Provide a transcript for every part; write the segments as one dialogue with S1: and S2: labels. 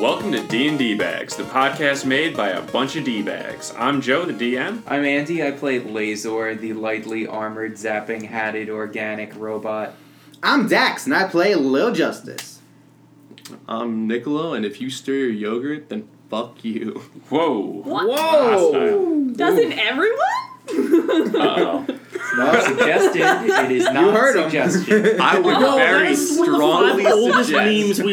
S1: Welcome to D&D Bags, the podcast made by a bunch of D-bags. I'm Joe, the DM.
S2: I'm Andy. I play Lazor, the lightly armored, zapping, hatted, organic robot.
S3: I'm Dax, and I play Lil Justice.
S4: I'm um, Niccolo, and if you stir your yogurt, then fuck you.
S1: Whoa.
S5: What?
S1: Hostile.
S5: Doesn't everyone?
S1: Uh-oh.
S2: Not suggested. it is not
S3: You heard 'em.
S2: suggested.
S4: I would
S5: Oh,
S4: very
S5: that is one of
S4: strongly
S5: my
S4: suggest.
S6: oldest memes we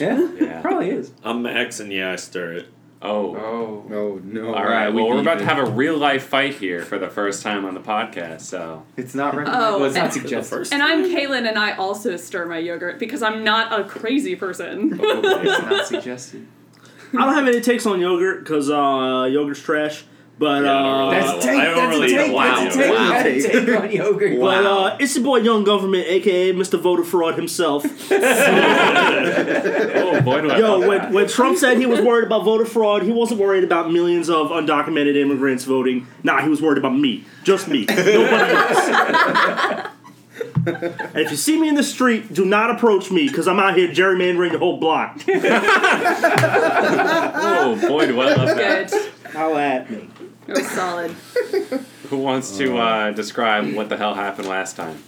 S2: yeah,
S1: Yeah.
S2: probably is.
S7: I'm the X and yeah, I stir it.
S1: Oh.
S2: Oh,
S3: Oh no!
S1: All right, well,
S4: we
S1: we're about to
S4: even.
S1: have a real-life fight here for the first time on the podcast, so...
S2: it's not. Re-
S5: Oh,
S2: well, it's not
S5: and-
S2: suggested.
S5: and I'm Kaylin, and I also stir my yogurt because I'm not a crazy person.
S2: it's not suggested.
S6: I don't have any takes on yogurt because uh, yogurt's trash. But
S7: Yeah,
S6: uh,
S7: I don't
S2: That's
S7: well,
S2: take.
S7: I don't
S2: that's
S7: really
S2: take.
S7: know.
S2: That's
S7: Wow,
S2: take.
S3: wow.
S2: That's take on yogurt.
S6: but uh, it's the boy Young Government, aka Mr. Voter Fraud himself.
S1: Oh, boy, do I
S6: Yo,
S1: love
S6: when,
S1: that.
S6: when Trump said he was worried about voter fraud, he wasn't worried about millions of undocumented immigrants voting. Nah, he was worried about me, just me, nobody else. And if you see me in the street, do not approach me because I'm out here gerrymandering the whole block.
S1: Oh, boy, do I love that.
S5: Good.
S6: How at me?
S5: It was solid.
S1: Who wants to uh, describe what the hell happened last time?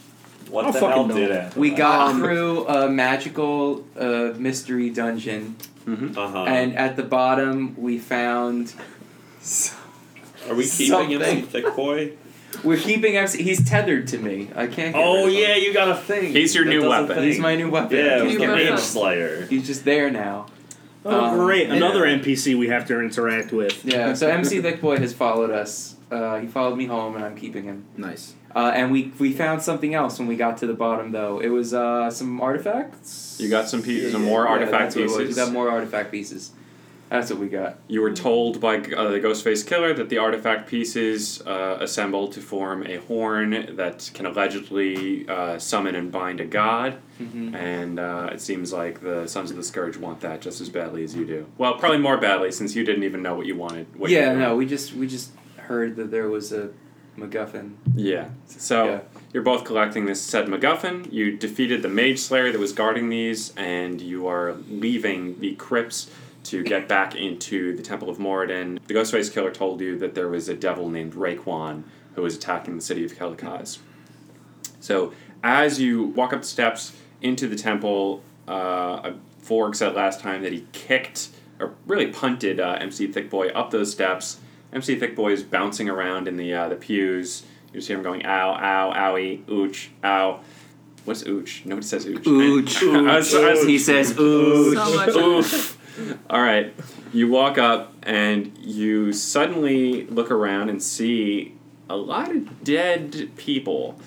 S7: What
S6: don't
S7: the
S6: fucking
S7: hell
S6: know.
S7: did it?
S2: we got through a magical uh, mystery dungeon,
S7: Uh-huh.
S2: and at the bottom we found
S7: Are we keeping
S2: something.
S7: him some thick boy?
S2: we're keeping. MC- He's tethered to me. I can't. Get rid
S7: Oh
S2: of him.
S7: yeah, you got a thing.
S1: He's your
S7: that
S1: new
S7: does a
S1: weapon.
S7: thing.
S2: He's my new weapon. He's
S7: yeah, he's
S5: He's
S7: the
S5: your
S7: mage
S5: weapon.
S7: slayer.
S2: He's just there now.
S6: Oh,
S2: Um,
S6: great.
S2: yeah.
S6: Another NPC we have to interact with.
S2: Yeah, so MC Thickboy has followed us. Uh, he followed me home, and I'm keeping him.
S3: Nice.
S2: Uh, and we we found something else when we got to the bottom, though. It was uh, some artifacts.
S1: You got some pie- some more artifact
S2: that's what it was.
S1: pieces.
S2: We got more artifact pieces. That's what we got.
S1: You were told by uh, the Ghostface Killer that the artifact pieces uh, assemble to form a horn that can allegedly uh, summon and bind a god,
S2: Mhm.
S1: and uh, it seems like the Sons of the Scourge want that just as badly as you do. Well, probably more badly since you didn't even know what you wanted. What you
S2: yeah,
S1: wanted.
S2: no, we just we just heard that there was a MacGuffin.
S1: Yeah. So
S2: Yeah.
S1: you're both collecting this said MacGuffin. You defeated the Mage Slayer that was guarding these, and you are leaving the crypts to get back into the Temple of Moradin. The Ghostface Killer told you that there was a devil named Raekwon who was attacking the city of Helikaz. So as you walk up the steps into the temple, uh, Forg said last time that he kicked or really punted uh, MC Thickboy up those steps. MC Thickboy is bouncing around in the uh, the pews. You just hear him going ow ow owie ouch ow. What's ouch? Nobody says ouch. I was- I was-
S2: he says ooch.
S5: So much.
S1: Oof. All right. You walk up and you suddenly look around and see a lot of dead people.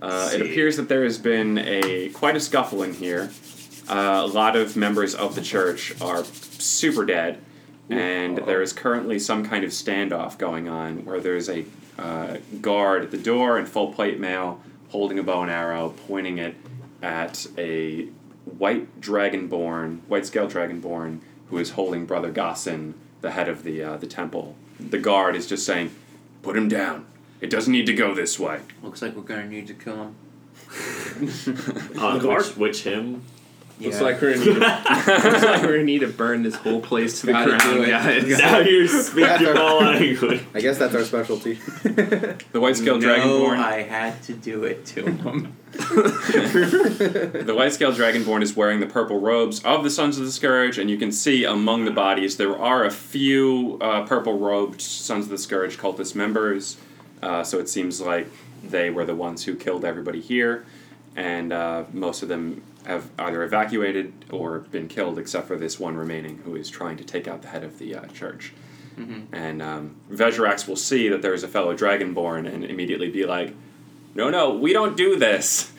S1: Uh, it
S7: See.
S1: appears that there has been a quite a scuffle in here. Uh, a lot of members of the church are super dead, and there is currently some kind of standoff going on where there's a uh, guard at the door in full plate mail holding a bow and arrow, pointing it at a white dragonborn, white scale dragonborn, who is holding Brother Gossin, the head of the uh, the temple. The guard is just saying, "Put him down. It doesn't need to go this way."
S2: Looks like we're gonna need to kill him.
S7: Uh,
S6: The guard?
S7: which, which him?
S4: Looks
S2: Yeah.
S4: like we're in need. Of, looks like we're in need to burn this whole place to the
S2: Gotta do
S4: ground,
S2: it.
S4: guys.
S7: Now you're speaking all language.
S3: I guess that's our specialty.
S1: The white scale
S2: no,
S1: dragonborn.
S2: I had to do it to him.
S1: The white scale dragonborn is wearing the purple robes of the Sons of the Scourge, and you can see among the bodies there are a few uh, purple robed Sons of the Scourge cultist members. Uh, so it seems like they were the ones who killed everybody here, and uh, most of them have either evacuated or been killed, except for this one remaining who is trying to take out the head of the uh, church. And um, Vezirax will see that there is a fellow dragonborn and immediately be like, No, no, we don't do this.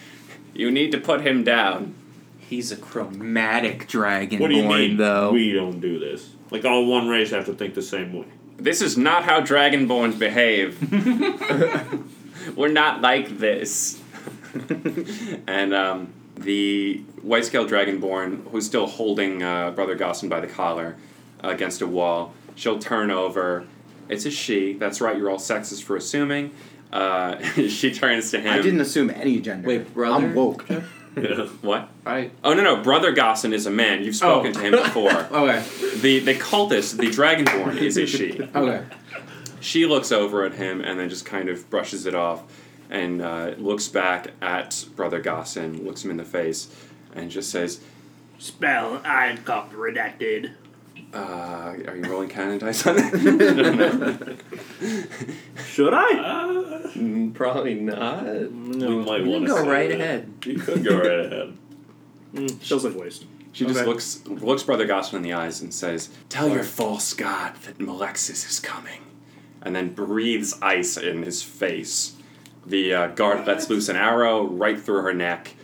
S1: You need to put him down.
S2: He's a chromatic dragonborn,
S7: What do you mean?
S2: though.
S7: We don't do this. Like all one race have to think the same way.
S1: This is not how dragonborns behave. We're not like this. and um, the white scale dragonborn, who's still holding uh, Brother Gossin by the collar uh, against a wall, she'll turn over. It's a she. That's right. You're all sexist for assuming. Uh, she turns to him.
S3: I didn't assume any gender.
S2: Wait, brother?
S3: I'm woke.
S7: Yeah.
S1: What?
S2: I
S1: Oh no no, Brother Gossen is a man. You've spoken to him before.
S2: okay
S1: the the cultist, the Dragonborn, is a she.
S2: okay.
S1: She looks over at him and then just kind of brushes it off, and uh, looks back at Brother Gossen, looks him in the face, and just says,
S6: Spell I cup redacted.
S1: uh, "Are you rolling cannon dice on it?"
S6: Should I?
S7: Ah,
S4: Mm, Probably not.
S7: we
S6: Uh, No.
S7: might
S2: You can
S7: wanna
S2: go
S7: say
S2: right
S7: that.
S2: ahead.
S7: You could go right ahead.
S6: Mm, feels like waste.
S1: She just
S2: Okay.
S1: looks looks Brother Goslin in the eyes and says, "Tell your false god that Malexis is coming," and then breathes ice in his face. The uh, guard lets loose an arrow right through her neck,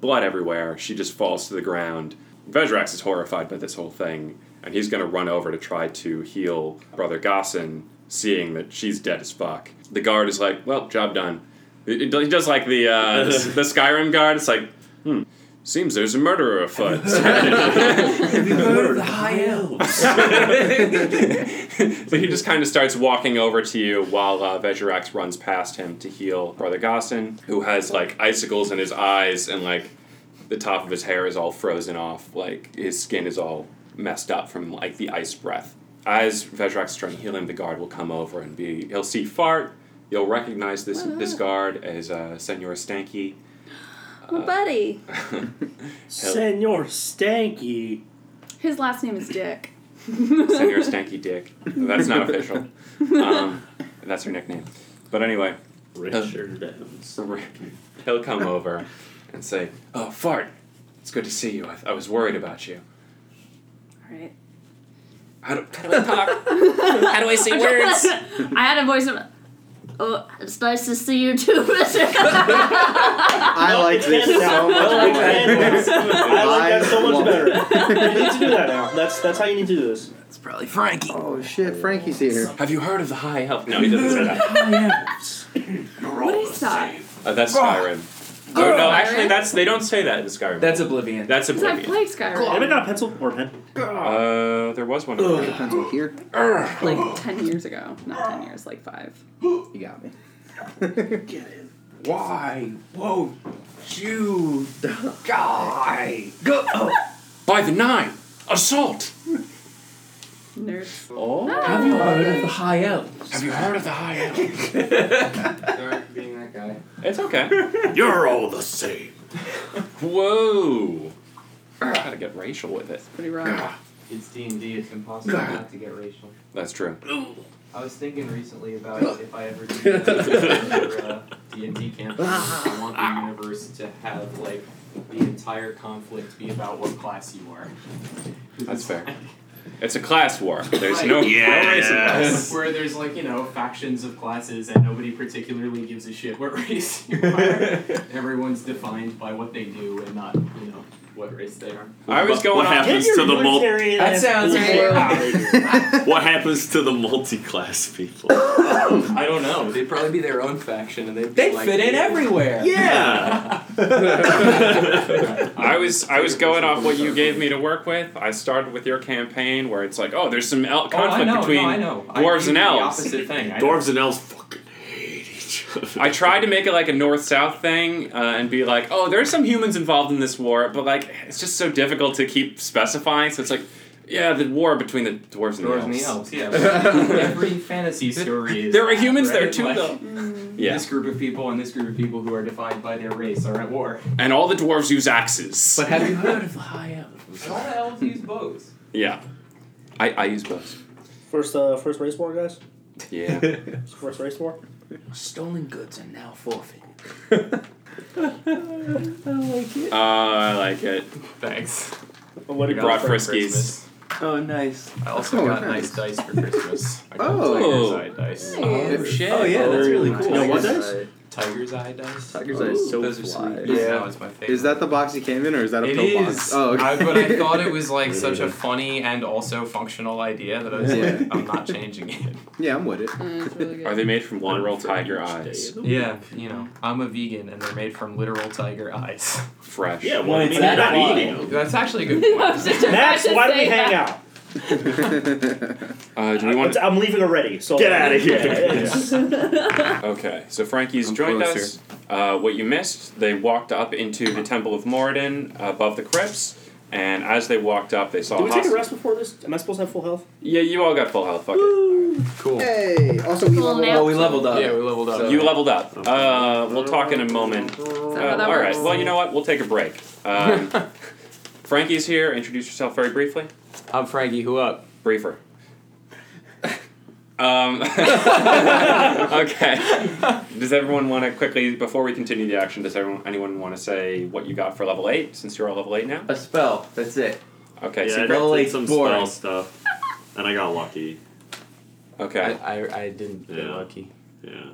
S1: blood everywhere. She just falls to the ground. Vezrax is horrified by this whole thing, and he's going to run over to try to heal Brother Gossen, seeing that she's dead as fuck. The guard is like, "Well, job done." He he does like the uh, the, the Skyrim guard. It's like, "Hmm, seems there's a murderer afoot."
S2: the high elf?
S1: So he just kind of starts walking over to you while uh, Vezirax runs past him to heal Brother Gossen, who has like icicles in his eyes and like the top of his hair is all frozen off. Like his skin is all messed up from like the ice breath. As Vezirax is trying to heal him, the guard will come over and be. He'll see Fart. You'll recognize this this guard as uh, Senor Stanky.
S5: My buddy.
S6: Senor Stanky.
S5: His last name is Dick.
S1: Send your stanky dick. That's not official. Um, that's her nickname. But anyway,
S7: Richard Evans.
S1: he'll come over and say, "Oh, fart! It's good to see you. I, I was worried about you.
S5: All right.
S1: How do, how do I talk?
S5: How do I say words? I had a voice of. Oh, it's nice to see you too, Mr.
S3: I like this
S6: can't
S3: so much
S6: I like
S3: more.
S6: that. I like that so much
S3: love
S6: better.
S3: it.
S6: You need to do that now. That's that's how you need to do this.
S2: It's probably Frankie.
S3: Oh shit, Frankie's here.
S1: Have you heard of the High Elf? No, he doesn't say that.
S5: what is that?
S1: Uh, that's Skyrim. Oh no, actually, that's they don't say that in Skyrim.
S2: That's Oblivion.
S1: that's
S5: Because I
S1: Oblivion.
S5: play Skyrim
S6: Anybody got a pencil or a pen?
S1: Uh, there was one. over there.
S3: Pencil here.
S5: like 10 years ago. Not 10 years, like 5.
S3: You got me.
S2: Why won't you die?
S3: Go. Oh.
S1: By the nine, assault.
S5: Nerds.
S2: Oh, have you heard of the high elves?
S1: Have you heard of the High Elf?
S2: Sorry for being that guy.
S1: It's okay.
S7: You're all the same.
S1: Whoa. Gotta get racial with it.
S5: Pretty wrong.
S8: It's D and D. It's impossible not to get racial.
S1: That's true.
S8: I was thinking recently about if I ever do another uh, D and D campaign, I want the universe to have like the entire conflict be about what class you are.
S1: That's fair. It's a class war. There's no no race in this.
S7: Yes.
S8: Where there's like you know factions of classes and nobody particularly gives a shit what race you are. Everyone's defined by what they do and not you know what race they are.
S1: I was
S7: What-
S1: going
S7: what
S1: on-
S7: happens to the mul-
S2: That sounds
S7: uh, What happens to the multi-class people?
S8: I don't know.
S2: They'd probably be their own faction, and they'd they fit in everywhere.
S7: yeah.
S1: I was I was going off what you gave me to work with. I started with your campaign where it's like, oh, there's some el-
S8: Oh, I
S1: conflict
S8: know,
S1: between
S8: no, I know. I
S1: dwarves
S8: do
S1: and
S8: the
S1: elves.
S8: opposite thing. I know.
S7: Dwarves and elves fucking hate each other.
S1: I tried to make it like a north south thing uh, and be like, oh, there's some humans involved in this war, but like it's just so difficult to keep specifying. So it's like, yeah, the war between the dwarves and
S8: Dwarves and
S1: the
S8: the elves,
S1: elves.
S8: yeah. Every fantasy story is.
S1: There are humans
S8: right?
S1: there too,
S8: Like,
S1: though.
S2: Mm.
S1: Yeah,
S8: This group of people and this group of people who are defined by their race are at war.
S1: and all the dwarves use axes.
S2: But have you heard of the high elves?
S8: All the elves use bows.
S1: yeah, I, I use both.
S6: First, uh, first race war, guys.
S1: Yeah.
S6: First race war.
S2: Stolen goods are now forfeit.
S1: Oh, Uh, I like it.
S8: Thanks.
S6: And what
S1: We
S6: it
S1: brought
S6: got for-
S1: frisk- Friskies.
S2: Oh, nice.
S8: I also
S3: Oh,
S8: got
S3: nice.
S8: nice dice for Christmas. I got tiger's
S1: Oh.
S8: eye dice.
S2: Oh, shit. Oh,
S3: yeah, that's really cool.
S6: You know what dice?
S8: Tiger's eye dice.
S3: Tiger's eyes so
S8: Those are
S3: fly.
S8: sweet.
S3: Yeah.
S8: that was my favorite.
S3: Is that the box you came in, or is that a
S8: It
S3: pill
S8: is.
S3: box? Oh, okay.
S8: I, but I thought it was like such a funny and also functional idea that I was
S3: Yeah.
S8: like, I'm not changing it.
S3: yeah, I'm with it.
S1: Are they made from literal tiger eyes?
S8: Yeah, you know, I'm a vegan and they're made from literal tiger eyes.
S1: Fresh.
S7: Yeah,
S6: Well,
S7: well, I
S6: it's
S7: mean, you're not
S6: that high.
S7: eating them.
S8: That's actually a good point.
S6: Max, why do we hang out?
S1: Uh, do we want?
S6: It's- I'm leaving already. So
S4: Get outta here.
S6: Yeah, it's-
S1: Okay, so Frankie's
S3: I'm
S1: joined us.
S3: closer.
S1: Uh, what you missed, they walked up into the Temple of Moradin above the crypts, and as they walked up, they saw.
S6: Did we take a
S1: hostile-
S6: rest before this? Am I supposed to have full health?
S1: Yeah, you all got full health. Fuck it.
S4: Cool.
S3: Hey. Also, we
S5: Cool,
S3: leveled
S5: man.
S3: up.
S2: Well, Oh, we leveled up.
S9: Yeah, we leveled up.
S1: You leveled up. Uh, we'll talk in a moment.
S5: Is
S1: Uh,
S5: that how that
S1: all right.
S5: works?
S1: Well, you know what? We'll take a break. Um, Frankie's here. Introduce yourself very briefly.
S9: I'm Frankie. Who up?
S1: Briefer. Um, okay. Does everyone want to quickly, before we continue the action, does everyone, anyone want to say what you got for level 8, since you're all level 8 now?
S2: A spell. That's it.
S1: Okay,
S7: yeah, I
S1: secret.
S2: roll
S7: did
S2: a
S7: some
S2: boring.
S7: spell stuff, and I got lucky.
S1: Okay.
S9: I, I, I didn't get
S7: Yeah.
S9: lucky.
S7: Yeah.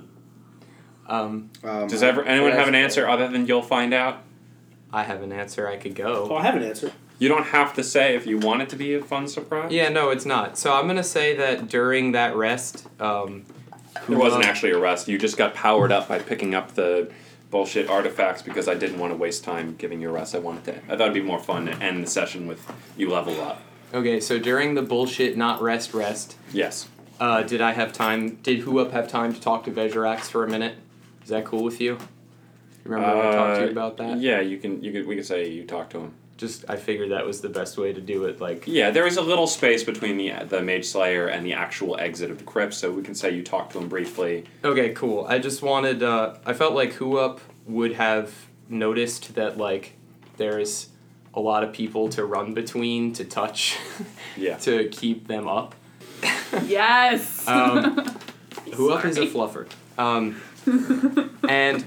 S9: Um,
S3: Um,
S1: Does ever, anyone have an answer other than you'll find out?
S9: I have an answer. I could
S6: Oh,
S9: go.
S6: I have an answer.
S1: You don't have to say if you want it to be a fun surprise.
S9: Yeah, no, it's not. So I'm gonna say that during that rest, um,
S1: There wasn't
S9: Huon-
S1: actually a rest. You just got powered up by picking up the bullshit artifacts because I didn't want to waste time giving you a rest. I wanted to. I thought it'd be more fun to end the session with you level up.
S9: Okay, so during the bullshit not rest rest,
S1: Yes.
S9: uh, did I have time? Did Who Up have time to talk to Vezirax for a minute? Is that cool with you? Remember when I talked to you
S1: Uh,
S9: about that?
S1: Yeah, you can. You can. We can say you talked to him.
S9: Just I figured that was the best way to do it. Like,
S1: Yeah, there is a little space between the the mage slayer and the actual exit of the crypt, so we can say you talked to him briefly.
S9: Okay, cool. I just wanted. Uh, I felt like Who Up would have noticed that like there's a lot of people to run between to touch
S1: Yeah.
S9: to keep them up.
S5: Yes.
S9: Um, Who Up is a fluffer, um, and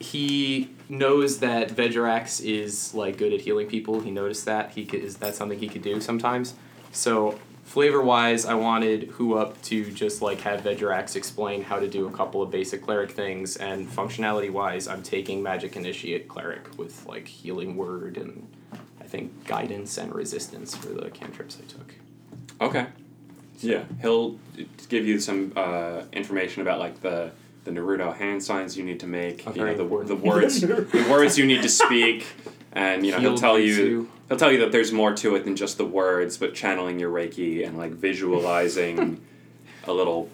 S9: he knows that Vegirax is like good at healing people. He noticed that he could, is that something he could do sometimes. So flavor wise, I wanted Who Up to just like have Vegirax explain how to do a couple of basic cleric things, and functionality wise, I'm taking Magic Initiate cleric with like healing word and I think guidance and resistance for the cantrips I took.
S1: Okay. Yeah, he'll give you some uh, information about like the the Naruto hand signs you need to make.
S9: Oh,
S1: you know
S9: very
S1: the,
S9: important.
S1: the words the words you need to speak, and you know he'll
S9: Heal
S1: tell you
S9: jutsu.
S1: he'll tell you that there's more to it than just the words, but channeling your reiki and like visualizing a little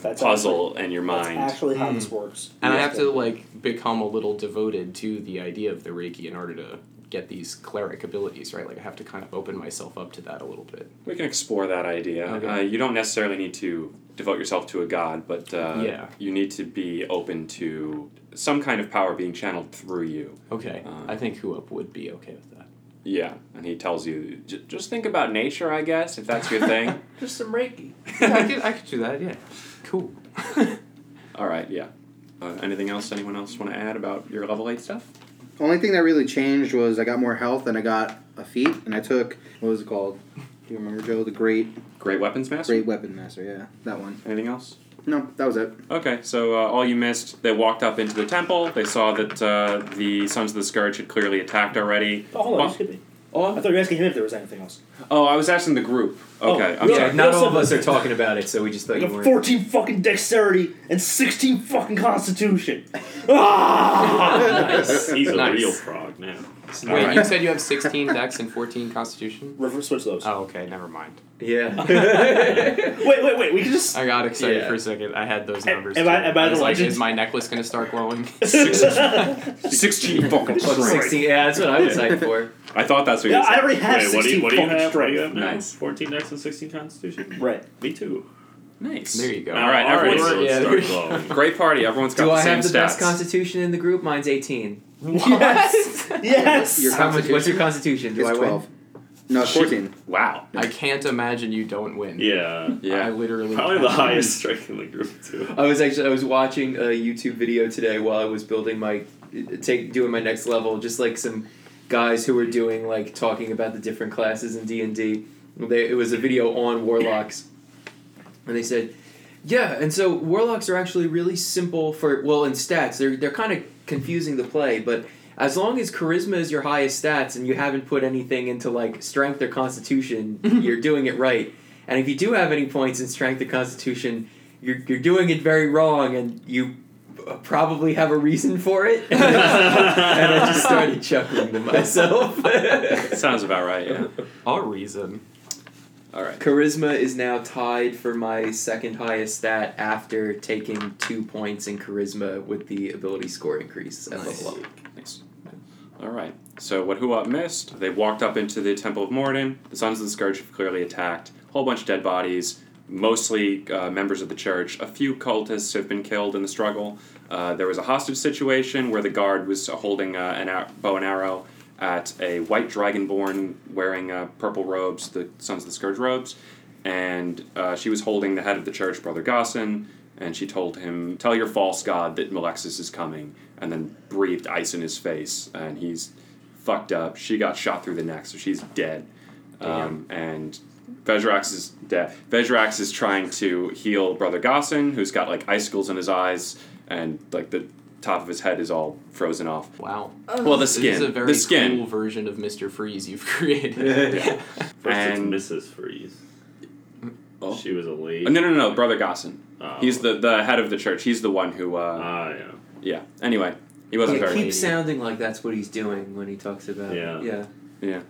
S6: That's
S1: puzzle in your
S6: Actually,
S1: mind.
S6: that's actually how this works.
S9: And I have to
S6: Yeah.
S9: like become a little devoted to the idea of the Reiki in order to get these cleric abilities, right? Like I have to kind of open myself up to that a little bit.
S1: we can explore that idea.
S9: Okay.
S1: Uh, you don't necessarily need to devote yourself to a god, but uh,
S9: Yeah.
S1: you need to be open to some kind of power being channeled through you.
S9: Okay,
S1: Uh,
S9: I think Huop would be okay with that.
S1: Yeah, and he tells you "J- just think about nature, I guess, if that's your thing.
S2: Just some Reiki.
S9: yeah, I could, I could do that. Yeah, cool.
S1: All right, yeah. Uh, anything else? Anyone else want to add about your level eight stuff?
S3: Only thing that really changed was I got more health and I got a feat and I took what was it called? Do you remember Joe? The Great
S1: Great weapons master.
S3: Great Weapon Master. Yeah, that one.
S1: Anything else?
S3: No, that was it.
S1: Okay, so uh, all you missed. They walked up into the temple. They saw that uh, the sons of the scourge had clearly attacked already.
S6: Oh, hold on,
S1: Well-
S6: excuse me. I
S2: Oh,
S6: thought you were asking him if there was anything else.
S1: Oh, I was asking the group. Okay,
S6: Oh,
S1: I'm
S6: yeah.
S1: sorry.
S6: not all of us
S9: are talking about it, so we just thought
S6: I got 14 fucking dexterity and 16 fucking constitution. Ah!
S7: Nice. He's a
S9: Nice.
S7: real frog now.
S9: Wait,
S1: Alright.
S9: you said you have sixteen Dex and fourteen Constitution.
S6: Reverse switch those.
S9: Oh, okay, never mind.
S2: yeah.
S6: Wait, wait, wait. We can just.
S9: I got excited
S2: Yeah.
S9: for a second. I had those
S6: Am-
S9: numbers.
S6: am I-
S9: too.
S6: am I the
S9: was like,
S6: legend?
S9: is my necklace gonna start glowing?
S1: Sixteen fucking
S2: Fuck,
S1: strength.
S2: 16. Yeah, that's what I was hyped for.
S1: I thought that's what you
S6: Yeah,
S1: were
S6: I
S1: saying.
S6: already have
S7: Wait, what do
S6: 16
S7: you, what do you
S6: fucking
S7: have? What do you
S6: strength.
S7: have now?
S1: Nice.
S7: 14 Dex and 16 Constitution?
S6: Right.
S7: Me too.
S1: Nice.
S9: there you go.
S1: All right,
S7: Our
S1: everyone's-
S7: words
S9: yeah, there
S7: start
S9: you-
S7: glowing.
S1: Great party. Everyone's got
S2: Do
S1: the
S2: I
S1: same
S2: have the
S1: stats.
S2: best constitution in the group? Mine's 18.
S6: Yes. yes.
S3: Your
S2: How much, what's your
S3: constitution
S2: constitution? Do
S3: is
S2: I win?
S3: twelve. No, it's
S1: Shit.
S3: fourteen.
S1: wow.
S9: I can't imagine you don't win.
S7: Yeah.
S1: Yeah.
S9: I literally
S7: Probably the
S9: can't.
S7: highest strength in the group, too.
S2: I was actually I was watching a YouTube video today while I was building my take doing my next level. Just like some guys who were doing like talking about the different classes in D and D. It was a video on warlocks, and they said, "Yeah, and so warlocks are actually really simple for well in stats. They're they're kind of confusing to play, but." As long as charisma is your highest stats and you haven't put anything into like strength or constitution, you're doing it right. And if you do have any points in strength or constitution, you're, you're doing it very wrong and you uh, probably have a reason for it. and I just started chuckling to myself.
S1: Sounds about right, yeah.
S9: Our reason.
S1: All right.
S2: Charisma is now tied for my second highest stat after taking two points in charisma with the ability score increase at
S1: Nice.
S2: level up.
S1: Nice. All right. So what Huat missed, they walked up into the Temple of Moradin. The Sons of the Scourge have clearly attacked. A whole bunch of dead bodies, mostly uh, members of the church. A few cultists have been killed in the struggle. Uh, there was a hostage situation where the guard was holding uh, an ar- bow and arrow at a white dragonborn wearing uh, purple robes, the Sons of the Scourge robes, and uh, she was holding the head of the church, Brother Gossin, and she told him, "Tell your false god that Malexis is coming," and then breathed ice in his face, and he's fucked up. She got shot through the neck, so she's dead. Um, and Vezrax is dead. Vezrax is trying to heal Brother Gossin, who's got like icicles in his eyes, and like the top of his head is all frozen off.
S9: Wow.
S1: Well, Oh, the
S9: This
S1: skin,
S9: is a very
S1: the skin,
S9: cool version of Mr. Freeze you've created.
S1: Yeah.
S7: First
S1: And-
S7: it's Mrs. Freeze.
S1: Oh.
S7: She was a lead.
S1: Uh, No, no, no, no, Brother Gossin.
S7: Oh.
S1: He's the, the head of the church. He's the one who, uh,
S7: Ah, yeah.
S1: yeah. Anyway, he wasn't
S2: It
S1: very.
S2: keeps sounding like that's what he's doing when he talks about
S7: Yeah.
S2: yeah.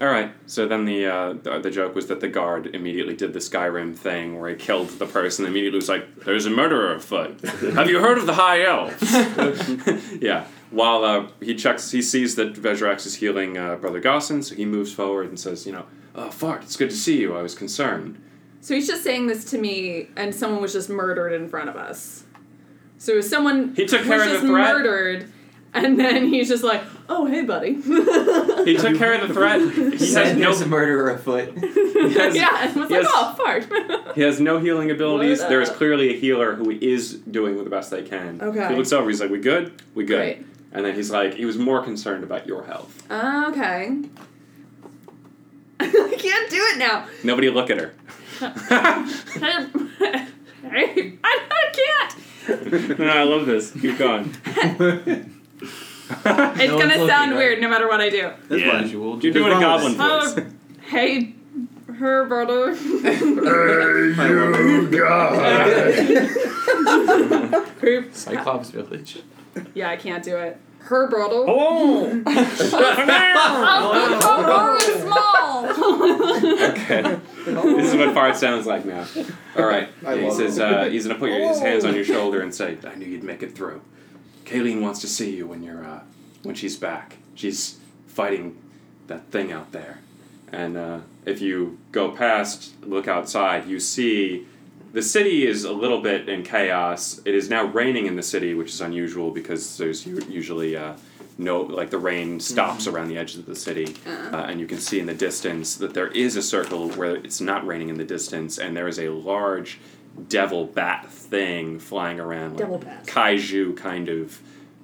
S1: All right. So then the, uh, the the joke was that the guard immediately did the Skyrim thing where he killed the person. and Immediately was like, "There's a murderer afoot. Have you heard of the High Elves?" yeah. While uh, he checks, he sees that Vezrax is healing uh, Brother Gossin, so he moves forward and says, "You know, oh, Fart, it's good to see you. I was concerned."
S10: So he's just saying this to me, and someone was just murdered in front of us. So someone
S1: He took
S10: was
S1: care of the
S10: just
S1: threat.
S10: murdered, and then he's just like, "Oh, hey, buddy."
S1: He took care of the threat. He has
S2: Said
S1: no
S2: there's a murderer afoot.
S1: he has-
S10: yeah, and was
S1: yes.
S10: like, "Oh, fart."
S1: He has no healing abilities.
S10: What
S1: There is
S10: up?
S1: clearly a healer who is doing the best they can.
S10: Okay.
S1: He looks over. He's like, "We good? We good."
S10: Great.
S1: And then he's like, "He was more concerned about your health."
S10: Uh, okay. I can't do it now.
S1: Nobody look at her.
S10: I, I can't.
S1: no, I love this. Keep going.
S10: It's
S2: No one's
S10: gonna
S2: looking,
S10: sound
S2: right?
S10: weird no matter what I do.
S4: That's
S7: Yeah.
S4: fine.
S9: Visual.
S1: You're doing a
S4: wrong
S1: goblin
S4: with
S1: voice.
S10: Oh, hey, her brother. Oop.
S9: Cyclops Village.
S10: Yeah, I can't do it. Her brother.
S1: Oh, Hello.
S10: Oh, her
S1: Oh,
S10: small.
S1: okay. This is what fart sounds like now. All right.
S3: I
S1: he
S3: love Oh.
S1: says uh, he's gonna put your, his hands on your shoulder and say, "I knew you'd make it through." Kayleen wants to see you when you're uh, when she's back. She's fighting that thing out there. And uh, if you go past, look outside, you see the city is a little bit in chaos. It is now raining in the city, which is unusual because there's u- usually uh, no, like the rain stops
S5: Mm-hmm.
S1: around the edges of the city.
S5: Uh-huh.
S1: Uh, and you can see in the distance that there is a circle where it's not raining in the distance, and there is a large devil bat thing flying around. like
S5: Devil bat.
S1: Kaiju kind of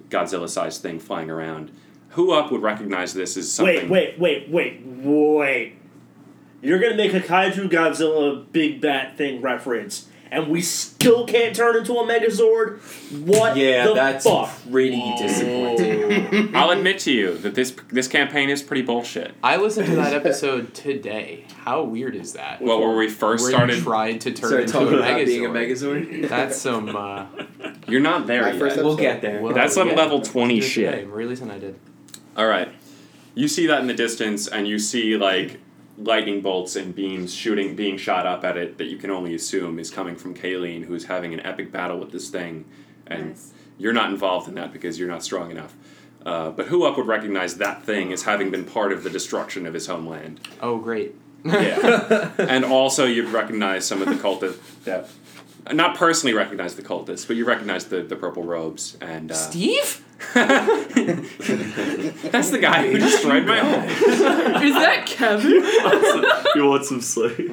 S1: Godzilla sized thing flying around. Who up would recognize this as something?
S6: Wait, wait, wait, wait, wait. You're gonna make a kaiju Godzilla big bat thing reference, and we still can't turn into a Megazord. What?
S2: yeah,
S6: the
S2: that's
S6: fuck?
S2: pretty disappointing.
S1: I'll admit to you that this this campaign is pretty bullshit.
S9: I listened to that episode today. How weird is that?
S1: Well, where we first
S9: Where you
S1: started,
S9: tried to turn
S2: Started
S9: into
S2: talking
S9: a
S2: about being a
S9: Megazord.
S2: Megazord.
S9: That's some. Uh,
S1: you're not there
S3: My
S1: yet.
S3: first
S2: we'll get there.
S9: whoa,
S1: That's some
S9: yeah.
S1: level 20
S9: Did it
S1: shit.
S9: today. I'm realizing I did.
S1: All right. You see that in the distance, and you see like lightning bolts and beams shooting, being shot up at it. That you can only assume is coming from Kayleen, who's having an epic battle with this thing, and
S5: uh,
S10: Nice.
S1: you're not involved in that because you're not strong enough. Uh, but who up would recognize that thing as having been part of the destruction of his homeland?
S9: Oh, great.
S1: Yeah. and also, you'd recognize some of the cultists that. Not personally recognize the cultists, but you recognize the, the purple robes and uh,
S9: Steve?
S1: That's the guy who destroyed my home.
S10: Is that Kevin?
S7: you want some sleep?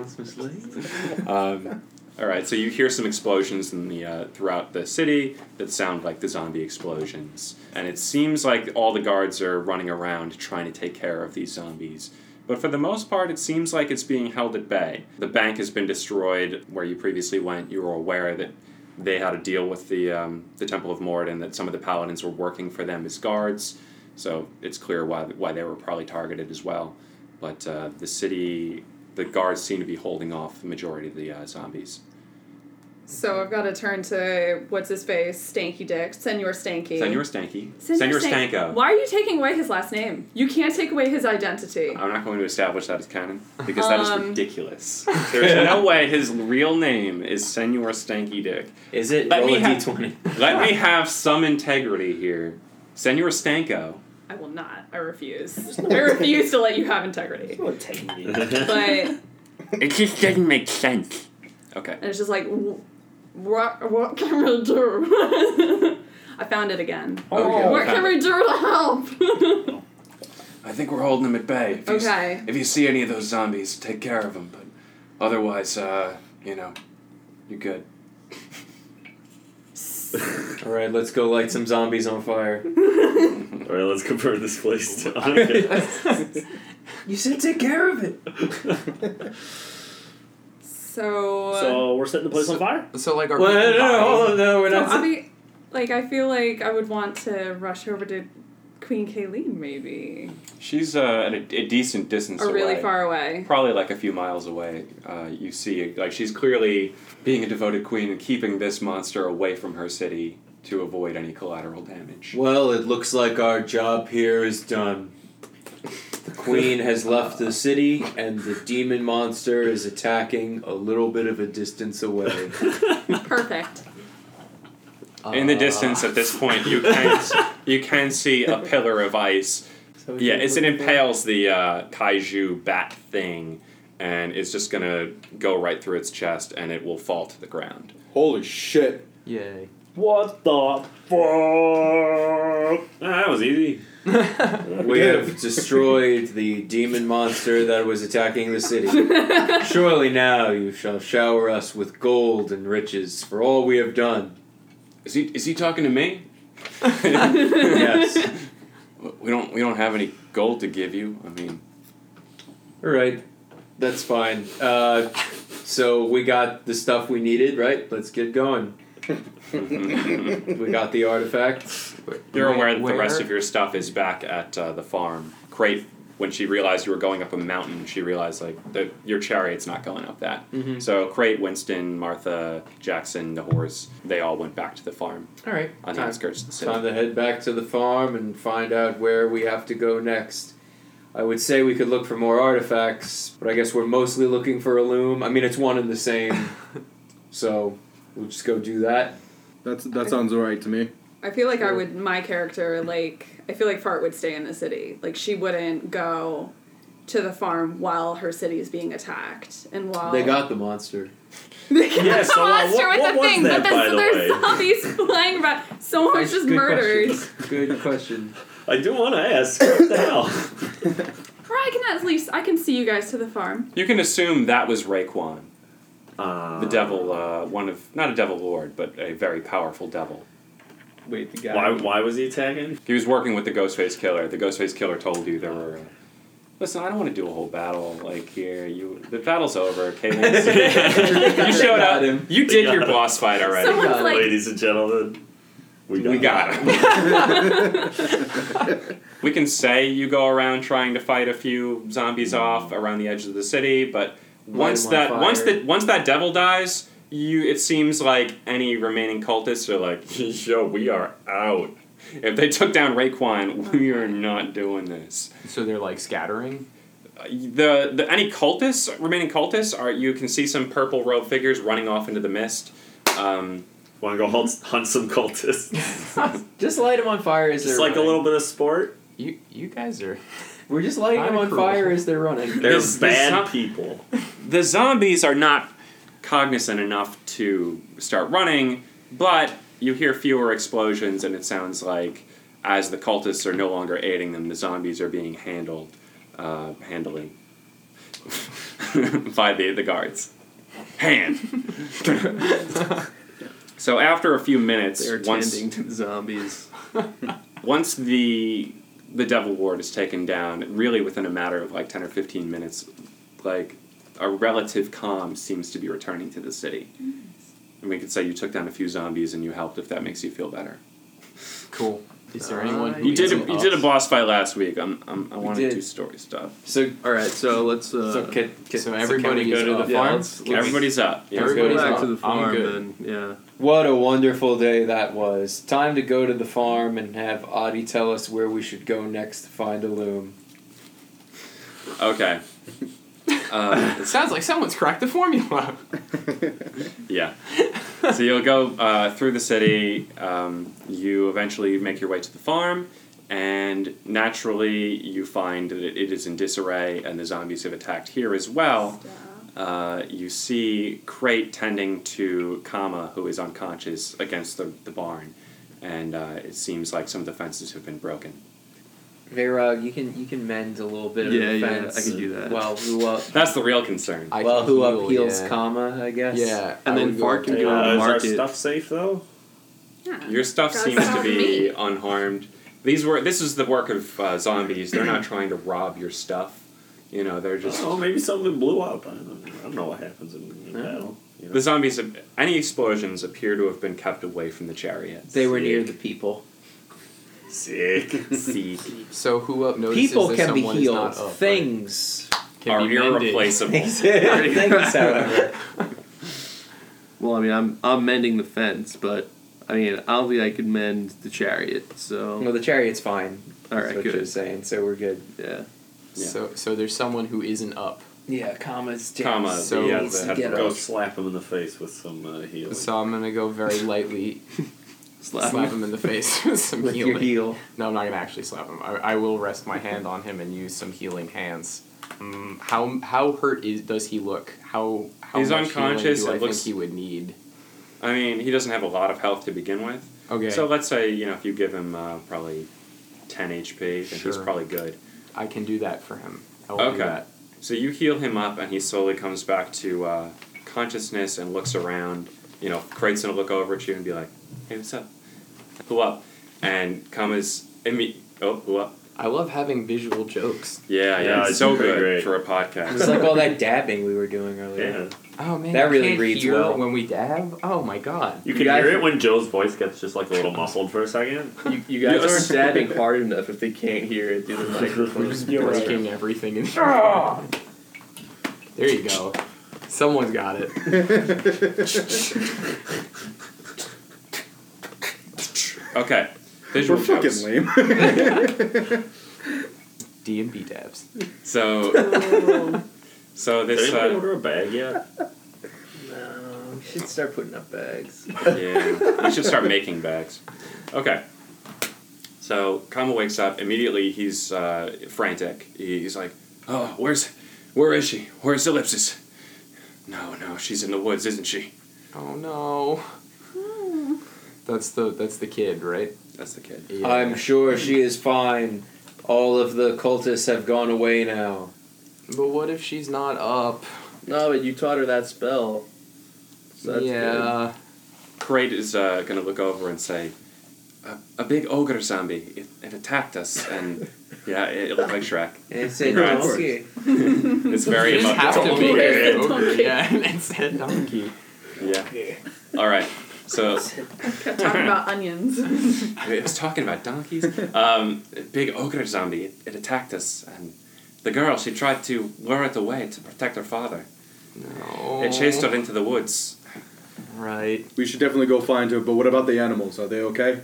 S1: Um, all right, so you hear some explosions in the uh, throughout the city that sound like the zombie explosions, and it seems like all the guards are running around trying to take care of these zombies. But for the most part, it seems like it's being held at bay. The bank has been destroyed where you previously went. You were aware that they had a deal with the um, the Temple of Mord and that some of the paladins were working for them as guards. So it's clear why why they were probably targeted as well. But uh, the city, the guards seem to be holding off the majority of the uh, zombies.
S5: So I've got to turn to what's his face, Stanky Dick, Senor Stanky.
S1: Senor Stanky.
S5: Senor
S1: Senor
S5: Stank-
S1: Stanko.
S5: Why are you taking away his last name? You can't take away his identity.
S1: I'm not going to establish that as canon because that is
S5: Um.
S1: ridiculous. There is no way his real name is Senor Stanky Dick.
S2: Is it?
S1: Let
S2: Roll
S1: me
S2: a
S1: have-
S2: d20.
S1: Let me have some integrity here. Senor Stanko.
S5: I will not. I refuse. I refuse to let you have integrity.
S11: I'm taking you.
S5: But
S1: It just doesn't make sense. Okay.
S5: And it's just like, wh- what, what can we do? I found it again.
S1: Oh,
S5: what can we do to help?
S1: I think we're holding them at bay. If you s-
S5: Okay.
S1: if you see any of those zombies, take care of them. But otherwise, uh, you know, you're good.
S2: All right, let's go light some zombies on fire.
S7: All right, let's convert this place to Annika.
S2: you said take care of it.
S5: so,
S11: so we're setting the place on fire.
S9: So like our
S2: Well, no, no, no, hold on, no, we're
S5: so
S2: not.
S5: I mean, like, I feel like I would want to rush over to Queen Kayleen, maybe,
S1: She's uh, at a, a decent distance
S5: or really
S1: away.
S5: far away.
S1: Probably like a few miles away. Uh, you see, like she's clearly being a devoted queen and keeping this monster away from her city to avoid any collateral damage.
S2: Well, it looks like our job here is done. The queen has left the city, and the demon monster is attacking a little bit of a distance away.
S5: Perfect.
S9: Uh,
S1: In the distance, at this point, you can you can see a pillar of ice Yeah, it's, it impales the uh, kaiju bat thing, and it's just gonna go right through its chest, and it will fall to the ground.
S2: Holy shit!
S9: Yay.
S11: What the fuck?
S7: Ah, that was easy.
S2: We have destroyed the demon monster that was attacking the city. Surely now you shall shower us with gold and riches for all we have done.
S1: Is he is he talking to me?
S2: Yes.
S1: We don't we don't have any gold to give you. I mean,
S2: All right, that's fine. Uh, so we got the stuff we needed, right? Let's get going. we got the artifact.
S1: you're aware that the rest of your stuff is back at uh, the farm. Crate. When she realized you were going up a mountain, she realized like the, your chariot's not going up that.
S9: Mm-hmm.
S2: Mhm.
S1: So Crate, Winston, Martha, Jackson, the horse, they all went back to the farm
S9: All right.
S1: on the
S2: Time-
S1: outskirts of the
S2: Time
S1: city.
S2: to head back to the farm and find out where we have to go next. I would say we could look for more artifacts, but I guess we're mostly looking for a loom. I mean, it's one and the same, so we'll just go do that.
S3: That's that sounds alright to me.
S5: I feel like I would, my character, like, I feel like Fart would stay in the city. Like, she wouldn't go to the farm while her city is being attacked and while
S2: They got the monster.
S5: They got
S11: Yeah,
S5: the
S11: so, uh,
S5: monster
S11: what-
S5: with
S11: what
S5: the
S11: was
S5: thing,
S11: that,
S5: but
S11: by
S5: then
S11: the
S5: there's
S11: way?
S5: zombies flying around. Someone was just
S2: Good
S5: murdered.
S2: question. Good question.
S7: I do want to ask. What the hell?
S5: Or I can at least I can see you guys to the farm.
S1: You can assume that was Raekwon.
S7: Uh,
S1: the devil, uh, one of not a devil lord, but a very powerful devil.
S2: Wait, the guy.
S7: Why? Why was he attacking?
S1: He was working with the Ghostface Killer. The Ghostface Killer told you there were. Uh, Listen, I don't want to do a whole battle like here. You, the battle's over. Caitlin's- you showed
S2: got
S1: up.
S2: him.
S1: You did
S7: got
S1: your
S7: him.
S1: boss fight already.
S5: Someone- Someone's like-
S7: Ladies and gentlemen, we got
S1: we got
S7: him.
S1: him. we can say you go around trying to fight a few zombies off around the edges of the city, but once
S2: on
S1: that once
S2: fire.
S1: that once that devil dies, you it seems like any remaining cultists are like, yo, we are out. If they took down Raekwon, we are not doing this.
S9: So they're like scattering.
S1: Uh, The, the any cultists remaining cultists are you can see some purple robed figures running off into the mist. Um,
S7: Want to go hunt, hunt some cultists?
S2: Just light him on fire as
S7: Just
S2: they're
S7: like a
S2: running.
S7: little bit of sport.
S9: You you guys are.
S2: We're just lighting
S9: Kinda
S2: them on
S9: cruel.
S2: fire as they're running.
S7: They're
S1: This- this
S7: bad
S1: not-
S7: people.
S1: the zombies are not cognizant enough to start running, but you hear fewer explosions, and it sounds like as the cultists are no longer aiding them, the zombies are being handled, uh, handling by the, the guards. Hand. so after a few minutes,
S12: They're
S1: once
S12: tending to the zombies.
S1: once the the devil ward is taken down really within a matter of like 10 or 15 minutes like a relative calm seems to be returning to the city and we could say you took down a few zombies and you helped if that makes you feel better
S9: Cool. Is there anyone? who
S1: Uh, You did a,
S9: isn't
S1: you did a
S9: us?
S1: boss fight last week. I'm, I'm I want to
S2: did.
S1: do story stuff.
S2: So
S4: All right, so let's. Uh,
S2: so, can, can,
S9: so
S2: can
S9: everybody
S2: we go
S9: is
S2: to
S9: up.
S2: the
S4: yeah,
S2: farm.
S4: let's, let's,
S1: Everybody's up. Yeah.
S4: let's go
S9: Everybody's
S4: back
S9: up.
S4: to the farm.
S9: I'm good.
S4: And, yeah.
S2: What a wonderful day that was! Time to go to the farm and have Adi tell us where we should go next to find a loom.
S1: Okay. Uh,
S9: It sounds like someone's cracked the formula.
S1: yeah. So you'll go uh, through the city. Um, you eventually make your way to the farm, and naturally you find that it is in disarray, and the zombies have attacked here as well. Uh, you see Crate tending to Kama, who is unconscious, against the, the barn, and uh, it seems like some of the fences have been broken.
S2: Veyrog, you can you can mend a little bit
S4: of Yeah, the yeah, fence I can do that.
S2: While
S4: while
S2: who up?
S1: That's the real concern.
S9: I
S2: well,
S9: can
S2: who
S9: heal,
S2: up heals
S9: yeah.
S2: comma? I guess.
S9: Yeah,
S4: And
S9: I
S4: then
S9: would go
S4: Fark
S9: up
S4: can
S9: to-
S4: go-
S6: Uh, is our
S4: market.
S6: stuff safe though?
S1: Your stuff
S10: Guys,
S1: seems
S10: that
S1: to
S10: was
S1: be
S10: me.
S1: unharmed. These were this is the work of uh, zombies. They're not trying to rob your stuff. You know, they're just
S6: Oh, maybe something blew up. I don't, I don't know what happens in, in battle. You know?
S1: the zombies. Have, any explosions appear to have been kept away from the chariot.
S2: They were near the people.
S6: Sick.
S1: See,
S9: So who up notices
S2: people
S9: that
S2: can be
S9: someone
S2: healed.
S9: is not up? right?
S2: Things
S9: Can
S1: are
S9: be mended.
S1: irreplaceable.
S2: Things, however.
S4: Well, I mean, I'm I'm mending the fence, but I mean, I don't think I could mend the chariot.
S2: Well,
S4: So
S2: the chariot's fine.
S4: All
S2: That's
S4: right,
S2: what
S4: good.
S2: you're saying. So we're good.
S4: yeah,
S1: Yeah.
S9: So so there's someone who isn't up.
S2: Yeah, comma's down.
S1: Comma.
S9: So
S1: the, uh,
S9: needs
S1: the
S9: to
S1: head
S2: get
S1: of
S2: up.
S6: Go
S1: ghost.
S6: slap him in the face with some uh, healing.
S9: So I'm gonna go very lightly
S4: slap.
S9: slap, him in the face with some
S2: With
S9: healing.
S2: your heel.
S9: No, I'm not gonna actually slap him. I, I will rest my hand on him and use some healing hands. Mm, how how hurt is does he look? How how
S1: He's
S9: much healing
S1: unconscious,
S9: Do I
S1: it looks-
S9: think he would need.
S1: I mean, he doesn't have a lot of health to begin with.
S9: Okay,
S1: So let's say you know if you give him uh, probably ten HP, then he's
S9: Sure.
S1: probably good.
S9: I can do that for him. I will
S1: Okay.
S9: do that.
S1: So you heal him up, and he slowly comes back to uh, consciousness and looks around. You know, Crate's gonna look over at you and be like, "Hey, what's up? Who up?" And Kama's imme- oh, who up?
S9: I love having visual jokes.
S1: Yeah, yeah,
S6: Yeah,
S1: it's
S6: it's
S1: so
S6: pretty
S1: good
S6: great.
S1: for a
S2: It's
S1: podcast.
S2: like all that dabbing we were doing earlier.
S7: Yeah.
S9: Oh man,
S2: That
S9: you
S2: really
S9: can't
S2: reads
S9: hear
S2: well.
S9: when we dab. Oh my god.
S7: You can
S4: guys-
S7: hear it when Joe's voice gets just like a little muffled for a second.
S4: You, you
S1: guys
S4: guys
S1: aren't
S4: aren't dabbing hard enough if they can't hear it through the
S9: We're
S4: microphone.
S9: just
S6: You're right.
S9: breaking everything. In
S1: Ah!
S9: there you go. Someone's got it.
S1: okay,
S3: We're
S1: visual jokes.
S3: fucking lame.
S9: D and B dabs.
S1: So, so
S7: Did
S1: this
S7: anybody
S1: uh,
S7: order a bag yet?
S2: No, we should start putting up bags.
S1: yeah, we should start making bags. Okay. So Kama wakes up immediately. He's uh, frantic. He's like, "Oh, where's, where is she? Where's Ellipsis? No, no, she's in the woods, isn't she?"
S9: Oh no.
S5: Hmm.
S9: That's the that's the kid, right?
S1: That's the kid.
S9: Yeah.
S2: I'm sure she is fine. All of the cultists have gone away now.
S9: But what if she's not up?
S4: no, but you taught her that spell. So that's good.
S9: yeah.
S1: Kraid is uh, gonna look over and say, "A, a big ogre zombie. It, it attacked us, and yeah, it, it looked like Shrek.
S2: And said,
S1: Congrats.
S2: "Donkey."
S1: It's very
S9: You just have to
S1: emotional."
S9: be
S5: Donkey.
S9: an ogre,
S5: Donkey.
S9: yeah, and it said donkey.
S1: Yeah. All right. So
S10: Talk about onions.
S1: it was talking about donkeys. Um, a big ogre zombie. It, it attacked us, and the girl she tried to lure it away to protect her father.
S9: No.
S1: It chased her into the woods.
S9: Right.
S3: we should definitely go find her, but what about the animals? Are they okay?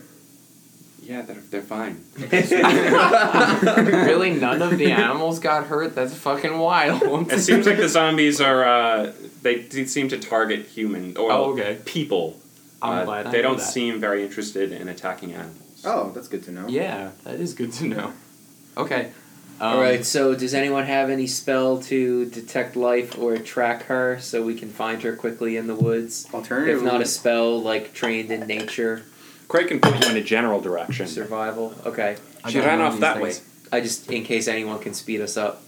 S1: Yeah, they're they're fine.
S9: really, none of the animals got hurt. That's fucking wild.
S1: It seems like the zombies are. Uh, they d- seem to target human or
S9: Oh, okay.
S1: people.
S9: I'm
S1: Uh,
S9: glad. I
S1: they
S9: know
S1: don't
S9: that.
S1: seem very interested in attacking animals.
S3: Oh, that's good to know.
S9: Yeah, that is good to know. Okay. Um,
S2: All right. So, does anyone have any spell to detect life or track her so we can find her quickly in the woods?
S3: Alternative.
S2: If not a spell like trained in nature
S1: Craig can point you in a general direction.
S2: survival. Okay.
S9: I
S1: She
S9: got
S1: ran
S9: one
S1: off
S9: of these
S1: that
S9: things.
S2: I just in case anyone can speed us up.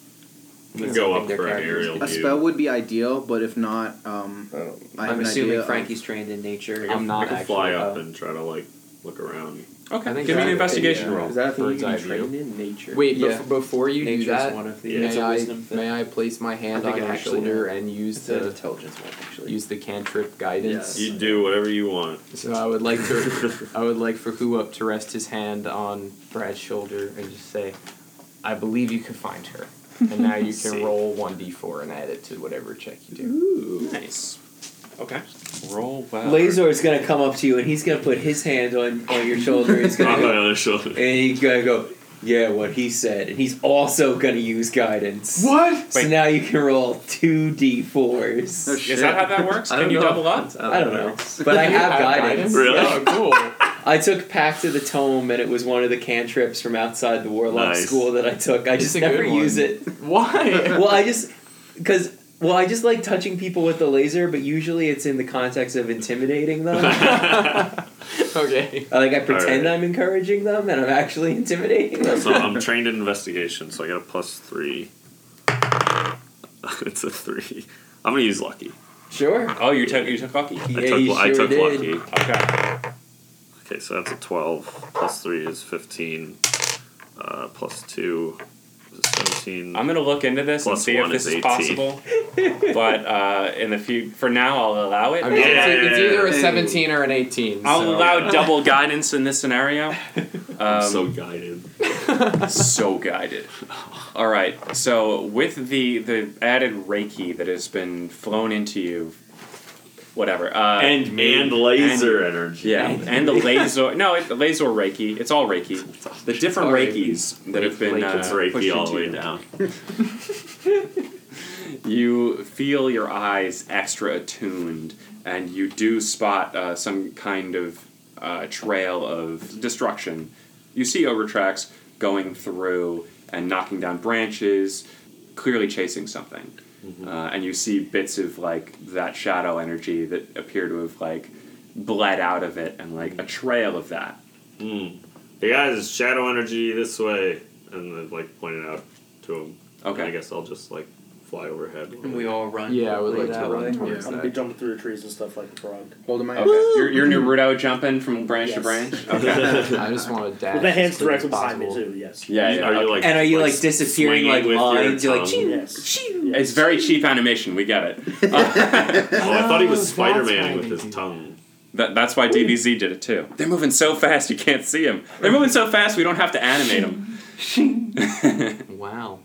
S2: with
S7: Go
S2: something
S7: up
S2: their
S7: for an
S2: characters
S7: aerial
S3: a
S7: view.
S3: spell would be ideal, but if not, um,
S4: I don't-
S3: I have
S2: I'm
S3: an
S2: assuming
S3: idea of-
S7: Um,
S2: Frankie's trained in nature.
S9: I'm
S7: I
S9: not
S7: can
S9: actually.
S7: fly up
S2: uh,
S7: and try to like look around.
S1: Okay.
S9: I think
S1: Give me
S9: that-
S1: an investigation
S9: yeah.
S1: roll.
S2: Is that a thing
S9: Bird's
S2: you can
S9: eye
S2: be trained
S9: view.
S2: in? Nature.
S9: Wait,
S2: yeah.
S9: bef- before you
S2: Nature's
S9: do that,
S2: one of the-
S9: may,
S2: It's a
S9: I,
S2: wisdom thing.
S9: may I place my hand
S2: think
S9: on
S2: I
S9: your
S2: actually
S9: shoulder and use
S2: It's an
S9: the
S2: intelligence one, actually.
S9: use the cantrip guidance?
S7: You do whatever you want.
S9: So I would like to, I would like for Huop to rest his hand on Brad's shoulder and just say, "I believe you can find her." And now you can
S7: See.
S9: roll one d4 and add it to whatever check you do.
S1: Nice. Okay. Roll well.
S2: Lazor's gonna come up to you and he's gonna put his hand on, on your shoulder. He's gonna
S7: Not
S2: go,
S7: that on his shoulder.
S2: and he's gonna go. Yeah, what he said, and he's also gonna use guidance.
S9: What?
S2: So
S1: Wait.
S2: now you can roll two d fours.
S3: Oh,
S1: Is that how that works? Can you double up?
S2: I don't know, but I have guidance.
S7: Really?
S9: Oh, cool.
S2: I took Pact of the Tome, and it was one of the cantrips from outside the Warlock
S7: Nice.
S2: school that I took. I
S9: It's
S2: just
S9: a good
S2: never
S9: one.
S2: use it.
S9: Why?
S2: well, I just because well, I just like touching people with the laser, but usually it's in the context of intimidating them.
S9: okay.
S2: Uh, like I pretend
S7: Alright.
S2: I'm encouraging them, and I'm actually intimidating them.
S7: so I'm trained in investigation, so I got a plus three. it's a three. I'm gonna use lucky.
S2: Sure.
S1: Oh, you took you took lucky.
S2: Yeah,
S7: I took,
S2: you
S7: I
S2: sure
S7: took
S2: did.
S7: lucky.
S1: Okay.
S7: Okay, so that's a 12. Plus 3 is 15. Uh, plus 2 is 17.
S1: I'm gonna look into this
S7: Plus
S1: and see if
S7: one
S1: this is
S7: is 18.
S1: possible. but uh, in the few, for now, I'll allow it.
S9: I mean, it's,
S7: Yeah.
S9: it's either a
S3: Hey.
S9: 17 or an 18.
S1: I'll
S9: so-
S1: allow double guidance in this scenario. Um,
S7: I'm so guided.
S1: so guided. All right. So with the the added reiki that has been flown into you, whatever. Uh,
S7: and laser energy.
S1: yeah, and the laser. No, it, the laser reiki. It's all reiki. The different
S9: all reiki.
S1: reikis that have been uh,
S7: it's Reiki
S1: pushed
S7: all the way
S1: into you.
S7: down.
S1: You feel your eyes extra attuned, and you do spot uh, some kind of uh, trail of destruction. You see over tracks going through and knocking down branches, clearly chasing something.
S7: Mm-hmm.
S1: Uh, and you see bits of like that shadow energy that appear to have like bled out of it, and like a trail of that.
S7: Mm. The guys is shadow energy this way, and then like pointed out to him.
S1: Okay.
S7: I guess I'll just like fly overhead.
S2: And we all run.
S9: Yeah, I would like to
S2: that
S9: run
S2: way.
S9: towards
S6: I'm gonna be
S9: that.
S6: jumping through the trees and stuff like a frog.
S3: Holding my
S1: Okay. You're, you're Naruto jumping from branch to
S6: Yes.
S1: branch.
S9: I just want to dash.
S6: With my hands
S9: as quick as
S6: directly behind me
S9: possible.
S6: too. Yes.
S1: Yeah, yeah.
S7: Are
S1: okay.
S7: you like?
S2: And are you like
S7: s-
S2: disappearing
S7: swinging
S2: like
S7: with your
S2: lines? You're like,
S7: tongue?
S6: Yes.
S1: It's very cheap animation. We get it.
S7: Oh, I thought he was
S9: Oh, that's
S7: Spider Man
S9: why
S7: with
S9: they
S7: his
S9: do
S7: tongue.
S1: That, that's why DBZ did it too. Hmm. They're moving so fast you can't see them. They're moving so fast we don't have to animate them.
S9: Wow.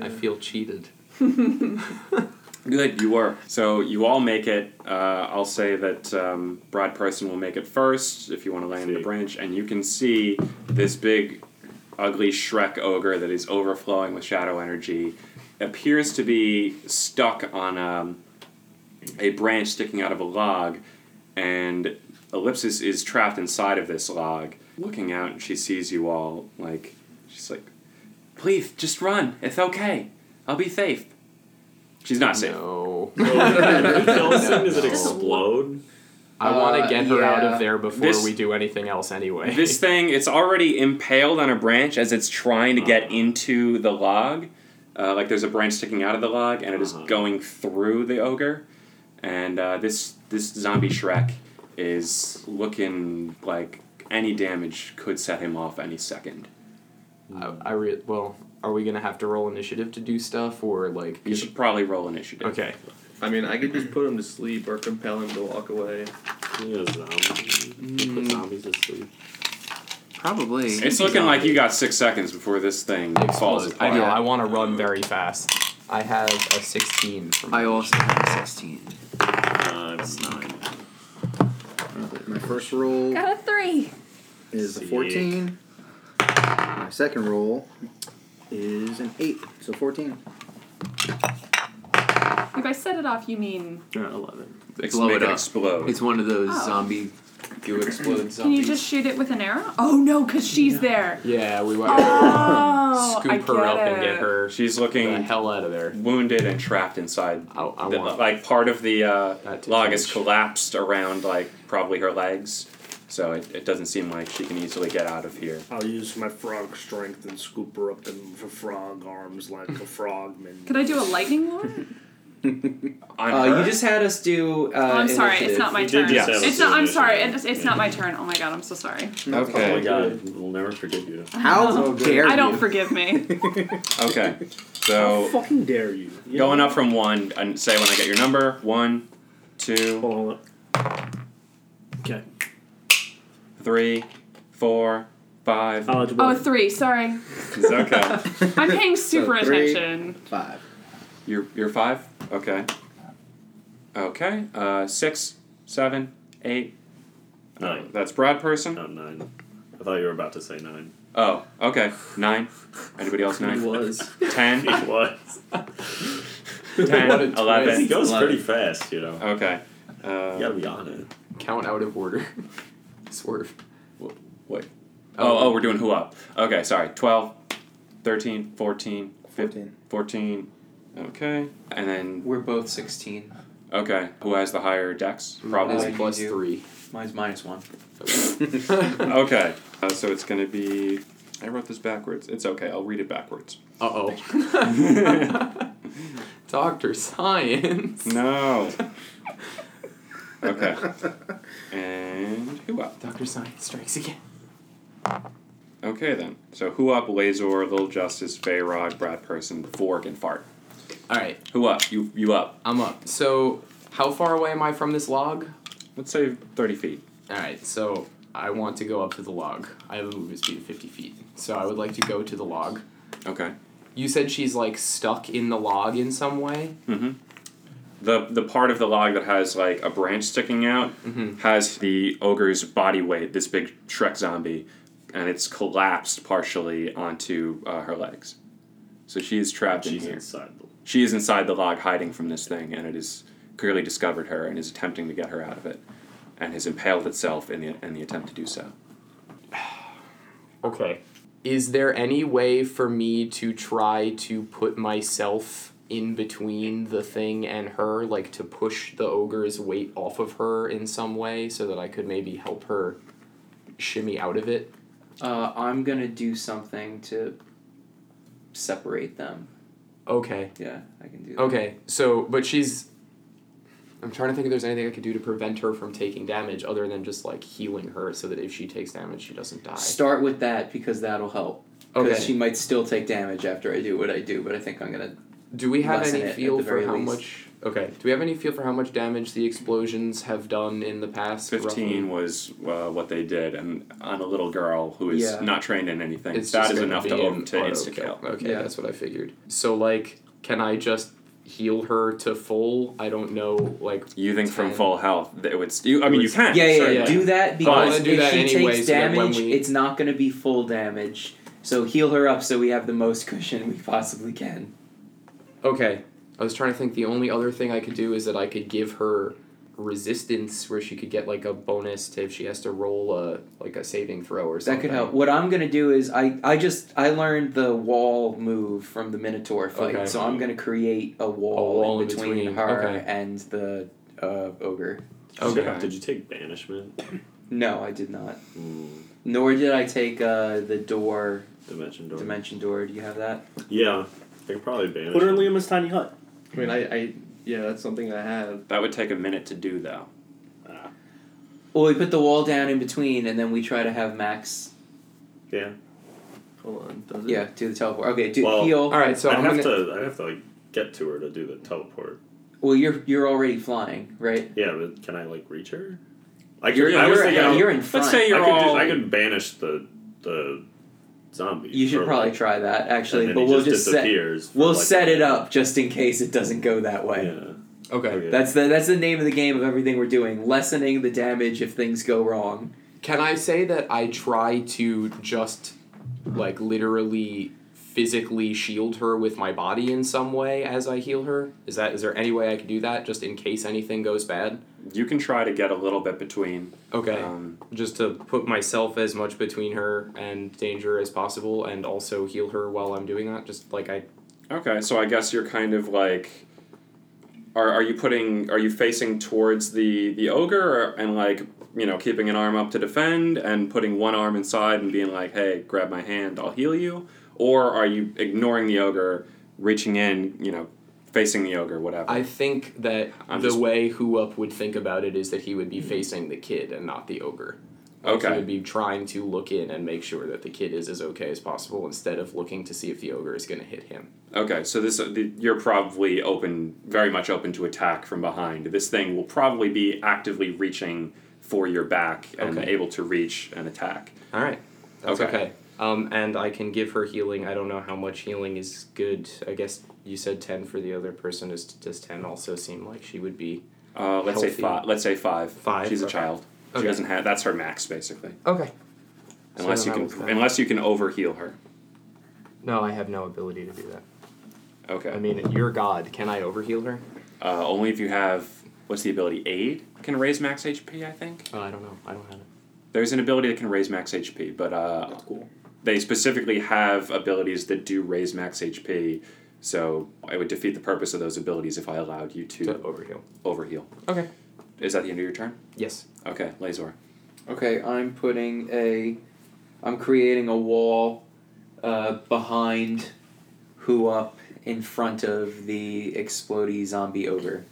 S9: I feel cheated.
S1: Good, you were. So you all make it. Uh, I'll say that um, Brad Person will make it first if you want to land the
S7: See.
S1: branch, and you can see this big, ugly Shrek ogre that is overflowing with shadow energy. Appears to be stuck on um, a branch sticking out of a log, and Ellipsis is trapped inside of this log, looking out, and she sees you all. Like she's like, "Please, just run. It's okay. I'll be safe." She's not safe.
S9: No.
S7: So, if he kills him, does it
S9: Just-
S7: explode?
S9: I want
S3: Uh,
S9: to get her out
S3: yeah.
S9: of there before
S1: This-
S9: we do anything else anyway.
S1: This thing, it's already impaled on a branch as it's trying to get into the log. Uh, like there's a branch sticking out of the log, and it is
S7: Uh-huh.
S1: going through the ogre. And uh, this this zombie Shrek is looking like any damage could set him off any second.
S9: I, I re- well, are we gonna have to roll initiative to do stuff or like?
S1: You should probably roll initiative.
S9: Okay.
S4: I mean, I could just put him to sleep or compel him to walk away.
S7: He is zombie. Put zombies asleep.
S4: Probably.
S1: It's looking like you got six seconds before this thing falls
S9: I
S1: apart.
S9: know. I want to run very fast. I have a sixteen. From
S4: I also have 16.
S7: Uh, it's nine.
S3: My first roll
S10: Got a three.
S3: is a
S7: see.
S3: 14. My second roll is an 8. So 14.
S10: If I set it off, you mean
S4: Or 11.
S1: Ex-
S4: Blow
S1: make
S4: it
S1: it
S4: up.
S1: explode.
S4: It's one of those
S10: Oh.
S4: zombie
S2: You explode zombies.
S10: can you just shoot it with an arrow? Oh no, cause she's there.
S9: Yeah, we want
S10: Oh,
S9: scoop
S10: I
S9: her
S10: get
S9: up
S10: it.
S9: and get her
S1: She's
S9: the
S1: looking
S9: hell out of there.
S1: wounded and trapped inside
S9: I, I
S1: The-
S9: want.
S1: like part of the uh,
S9: That to
S1: log is
S9: change.
S1: collapsed around like probably her legs so it, it doesn't seem like she can easily get out of here
S9: Oh.
S6: I'll use my frog strength and scoop her up in f- frog arms like a frogman.
S10: Could I do a lightning lure? her?
S2: Uh, you just had us do. Uh,
S10: oh, I'm sorry. It's
S2: initiative.
S10: not my
S2: You
S10: turn.
S2: did just have us
S10: It's
S2: do
S10: not. I'm
S2: initiative.
S10: sorry. It's, it's not my turn. Oh my god. I'm so sorry.
S1: Okay.
S7: Oh my god, we'll never forgive you.
S3: How
S2: Oh.
S3: dare
S10: I don't
S3: you.
S10: forgive me.
S1: Okay. So
S6: fucking dare you?
S1: Going up from one, and say when I get your number. One, two,
S6: Okay.
S1: three, four, five.
S6: Eligible.
S10: oh, three. Sorry.
S1: It's okay.
S10: I'm paying super
S1: So three.
S10: attention.
S3: Five.
S1: You're you're five. Okay. Okay. Uh, six, seven, eight.
S7: Nine.
S1: That's Brad person.
S7: Not Oh, nine. I thought you were about to say nine.
S1: Oh, okay. Nine. Anybody else? Nine.
S4: was.
S1: Ten.
S7: It was.
S1: Ten.
S9: What a
S1: Eleven.
S7: He goes
S9: Eleven.
S7: pretty fast, you know.
S1: Okay. Uh,
S7: You gotta be on it.
S9: Count out of order. Swerve.
S1: Wait. Oh, oh, we're doing who up. Okay, sorry. 12, 13, 14, 15, 14. Okay. And then,
S2: We're both sixteen.
S1: okay, who has the higher dex?
S9: Probably
S1: Probably.
S2: you
S9: plus
S2: do.
S9: three.
S2: Mine's minus one.
S1: okay. Uh, so it's going to be. I wrote this backwards. It's okay. I'll read it backwards.
S9: Uh oh. Doctor Science.
S1: No. Okay. And who up?
S9: Doctor Science strikes again.
S1: Okay, then. So who up, Lazor, Little Justice, Feyrog, Brad Person, Fork, and Fart.
S9: All right,
S1: Who up? You, you up.
S9: I'm up. So, how far away am I from this log?
S1: Let's say 30 feet.
S9: All right, so I want to go up to the log. I have a movement speed of 50 feet, so I would like to go to the log.
S1: Okay.
S9: You said she's like stuck in the log in some way.
S1: hmm The the part of the log that has like a branch sticking out
S9: Mhm.
S1: has the ogre's body weight, this big Shrek zombie, and it's collapsed partially onto uh, her legs. So she is trapped
S7: She's
S1: in here.
S7: inside the.
S1: She is inside the log, hiding from this thing, and it has clearly discovered her and is attempting to get her out of it, and has impaled itself in the in the attempt to do so.
S9: Okay. Is there any way for me to try to put myself in between the thing and her, like to push the ogre's weight off of her in some way so that I could maybe help her shimmy out of it?
S2: Uh, I'm gonna do something to separate them.
S9: Okay.
S2: Yeah, I can do that.
S9: Okay, so but she's. I'm trying to think if there's anything I could do to prevent her from taking damage other than just like healing her so that if she takes damage, she doesn't die.
S2: Start with that because that'll help. Because
S9: Okay.
S2: she might still take damage after I do what I do, but I think I'm gonna.
S9: do we have
S2: lessen
S9: any
S2: it at
S9: feel
S2: the
S9: for
S2: very
S9: how
S2: least.
S9: much? Okay. Do we have any feel for how much damage the explosions have done in the past?
S1: Fifteen
S9: roughly?
S1: was uh, what they did, and on a little girl who is
S2: Yeah.
S1: not trained in anything,
S9: It's
S1: that
S9: just
S1: is
S9: gonna
S1: enough
S9: be
S1: to
S9: an
S1: over to
S9: auto
S1: insta
S9: kill.
S1: kill.
S9: Okay,
S2: Yeah.
S9: that's what I figured. So like, can I just heal her to full? I don't know. Like,
S1: You think from
S9: Ten.
S1: full health that it would? St- you, I mean, you can.
S2: Yeah, yeah,
S1: certainly.
S2: yeah. Do that because
S9: do
S2: if
S9: that
S2: she
S9: anyway
S2: takes
S9: so that when
S2: damage,
S9: we-
S2: it's not gonna be full damage. So heal her up so we have the most cushion we possibly can.
S9: Okay. I was trying to think the only other thing I could do is that I could give her resistance where she could get like a bonus to if she has to roll a like a saving throw or
S2: That
S9: something.
S2: could help. What I'm gonna do is I I just I learned the wall move from the Minotaur fight,
S9: Okay.
S2: so I'm gonna create a wall,
S9: wall in
S2: in between,
S9: between.
S2: her
S9: Okay.
S2: and the uh, ogre.
S9: Okay.
S7: Did you take banishment?
S2: No, I did not.
S7: Mm,
S2: Nor did I take uh, the door
S7: dimension door.
S2: dimension door. Do you have that?
S7: Yeah, I could probably banish.
S6: Put her in
S7: him.
S6: Liam's tiny hut.
S4: I mean, I, I yeah, that's something I have.
S1: That would take a minute to do, though.
S2: Well, we put the wall down in between, and then we try to have Max.
S7: Yeah.
S4: Hold on, does it?
S2: Yeah, do the teleport. Okay, do
S7: Well-
S2: heal.
S9: All right, so
S7: I'd
S9: I'm
S7: have
S9: gonna,
S7: to. I'd have to like get to her to do the teleport.
S2: Well, you're you're already flying, right?
S7: Yeah, but can I like reach her? I could,
S2: You're,
S7: I was
S2: you're,
S7: thinking.
S2: yeah,
S7: I
S2: you're in front.
S1: Let's say you're
S7: could do-
S1: all.
S7: I could banish the the zombie.
S2: you should
S7: for-
S2: probably try that
S7: and
S2: actually,
S7: then
S2: but
S7: he
S2: we'll
S7: just
S2: just set
S7: disappears. for,
S2: we'll
S7: like,
S2: set it up just in case it doesn't go that way.
S7: Oh, Yeah.
S9: Okay.
S7: Okay.
S2: That's the that's the name of the game of everything we're doing. Lessening the damage if things go wrong.
S9: Can I say that I try to just like literally physically shield her with my body in some way as I heal her? Is that is there any way I could do that just in case anything goes bad?
S1: You can try to get a little bit between.
S9: Okay.
S2: Uh,
S1: Um,
S9: just to put myself as much between her and danger as possible and also heal her while I'm doing that just like I
S1: okay, so I guess you're kind of like. Are, are you putting? Are you facing towards the the ogre or, and like you know keeping an arm up to defend and putting one arm inside and being like, hey, grab my hand, I'll heal you, or are you ignoring the ogre, reaching in, you know, facing the ogre, whatever.
S9: I think that
S1: I'm
S9: the
S1: just-
S9: way Huop would think about it is that he would be facing the kid and not the ogre. Like, He
S1: Okay.
S9: would be trying to look in and make sure that the kid is as okay as possible instead of looking to see if the ogre is going to hit him.
S1: Okay, so this the, you're probably open, very much open to attack from behind. This thing will probably be actively reaching for your back and
S9: Okay.
S1: able to reach and attack.
S9: All right. That's okay.
S1: Okay.
S9: Um, and I can give her healing. I don't know how much healing is good. I guess you said 10 for the other person. Is, does 10 also seem like she would be.
S1: Uh, let's say
S9: Healthy.
S1: five. Let's say five.
S9: Five,
S1: She's a
S9: okay.
S1: child.
S9: Okay.
S1: She doesn't have. That's her max basically.
S9: Okay. So
S1: Unless
S9: then I
S1: you
S9: will do
S1: can,
S9: that.
S1: unless you can overheal her.
S9: No, I have no ability to do that.
S1: Okay.
S9: I mean, you're God. Can I overheal her?
S1: uh, only if you have what's the ability? Aid can raise max HP. I think
S9: Oh, I don't know. I don't have it.
S1: there's an ability that can raise max HP, but uh,
S3: That's cool.
S1: they specifically have abilities that do raise max HP. So it would defeat the purpose of those abilities if I allowed you
S9: To
S1: to
S9: overheal.
S1: overheal.
S9: Okay.
S1: Is that the end of your turn?
S9: Yes.
S1: Okay, Lazor.
S2: Okay, I'm putting a, I'm creating a wall, uh, behind, who up in front of the explodey zombie ogre.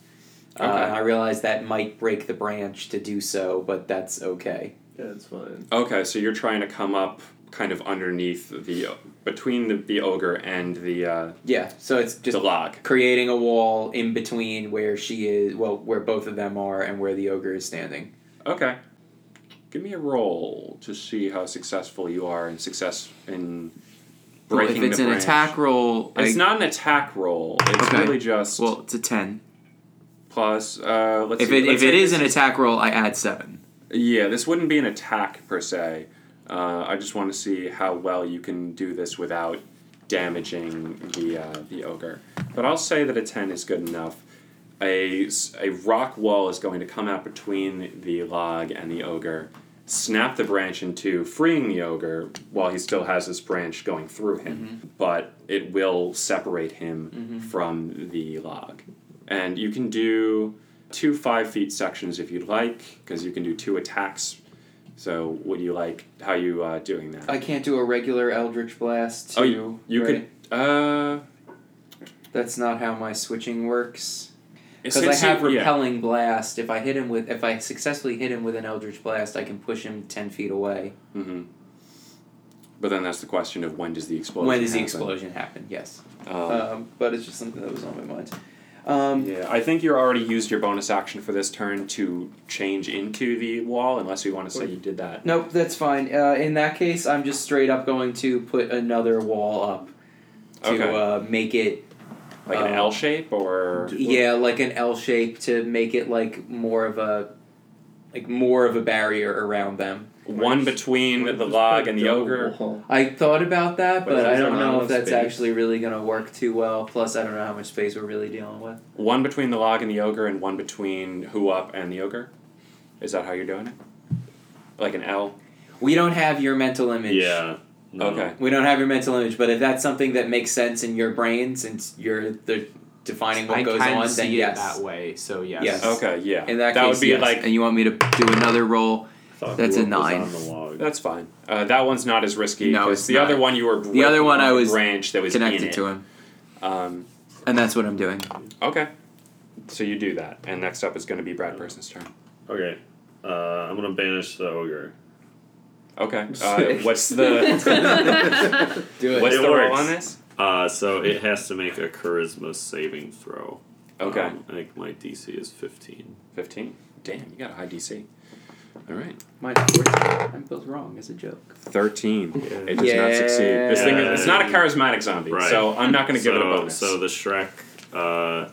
S2: Uh,
S1: Okay.
S2: and I realize that might break the branch to do so, but that's okay.
S4: Yeah, it's fine.
S1: Okay, so you're trying to come up kind of underneath the between the, the ogre and the uh,
S2: Yeah, so it's just
S1: the log.
S2: creating a wall in between where she is, well, where both of them are, and where the ogre is standing.
S1: Okay. Give me a roll to see how successful you are in success in breaking
S4: if it's
S1: the
S4: an
S1: branch.
S4: attack roll,
S1: It's
S4: I-
S1: not an attack roll. It's
S4: Okay.
S1: really just
S4: Well, it's a ten.
S1: plus. Uh, let's
S4: If
S1: see,
S4: it
S1: let's
S4: if it
S1: say
S4: is
S1: this-
S4: an attack roll, I add seven.
S1: yeah, this wouldn't be an attack per se. Uh, I just want to see how well you can do this without damaging the uh, the ogre. But I'll say that a ten is good enough. A, s- a rock wall is going to come out between the log and the ogre, snap the branch in two, freeing the ogre while he still has this branch going through him. But it will separate him from the log. And you can do two five feet sections if you'd like, because you can do two attacks. So, would you like how you uh, doing that?
S2: I can't do a regular Eldritch Blast.
S1: oh,
S2: too,
S1: you, you
S2: right?
S1: could. Uh,
S2: That's not how my switching works. Because I
S1: since
S2: have
S1: you, yeah.
S2: repelling blast. If I hit him with, if I successfully hit him with an eldritch blast, I can push him ten feet away.
S1: hmm But then that's the question of when does the explosion?
S2: when does the
S1: happen?
S2: explosion happen? Yes.
S1: Um,
S2: Um, but it's just something that was on my mind. Um,
S1: yeah, I think you already used your bonus action for this turn to change into the wall, unless we want to say you did that.
S2: Nope, that's fine. Uh, in that case, I'm just straight up going to put another wall up to
S1: Okay.
S2: uh, make it
S1: Like an
S2: Um,
S1: L shape, or
S2: yeah, like an L shape to make it like more of a like more of a barrier around them.
S1: one between the log and the ogre.
S2: I thought about that,
S8: But
S2: but, I
S8: is there
S2: don't
S8: not
S2: know
S8: enough
S2: if that's
S8: space?
S2: actually really going to work too well. Plus, I don't know how much space we're really dealing with.
S1: One between the log and the ogre, and one between who up and the ogre. Is that how you're doing it? Like an L.
S2: We don't have your mental image.
S7: Yeah. no.
S1: Okay.
S2: We don't have your mental image, but if that's something that makes sense in your brain, since you're the defining what
S9: I
S2: goes
S9: kinda
S2: on,
S9: see
S2: then
S9: it
S2: yes.
S9: that way, so yes.
S2: Yes.
S1: Okay. Yeah.
S2: In that case,
S1: would be
S2: yes.
S1: like
S4: And you want me to do another roll?
S7: I thought
S4: That's
S7: Rook
S4: a nine.
S7: Was on the log.
S1: That's fine. Uh, that one's not as risky.
S4: No,
S1: 'cause
S4: it's
S1: the
S4: not.
S1: other one you were
S4: The other one I was
S1: branch that was in
S4: Connected
S1: it.
S4: to him,
S1: Um,
S4: and that's what I'm doing.
S1: okay, so you do that, and next up is going to be Brad Person's turn.
S7: Okay. Uh, I'm gonna banish the ogre.
S1: Okay, uh, what's the
S2: Do it.
S1: what's the
S7: It
S1: roll
S7: works.
S1: on this?
S7: Uh, so it has to make a charisma saving throw.
S1: Okay,
S7: Um, I think my DC is 15.
S1: fifteen. Damn, you got a high DC. All right,
S2: Mine, of course, I'm built wrong as a joke.
S1: thirteen. It does
S2: Yeah.
S1: not succeed. This thing is, it's not a
S7: Yeah.
S1: charismatic zombie,
S7: Right.
S1: so I'm not going to
S7: so,
S1: give it a bonus.
S7: So the Shrek uh,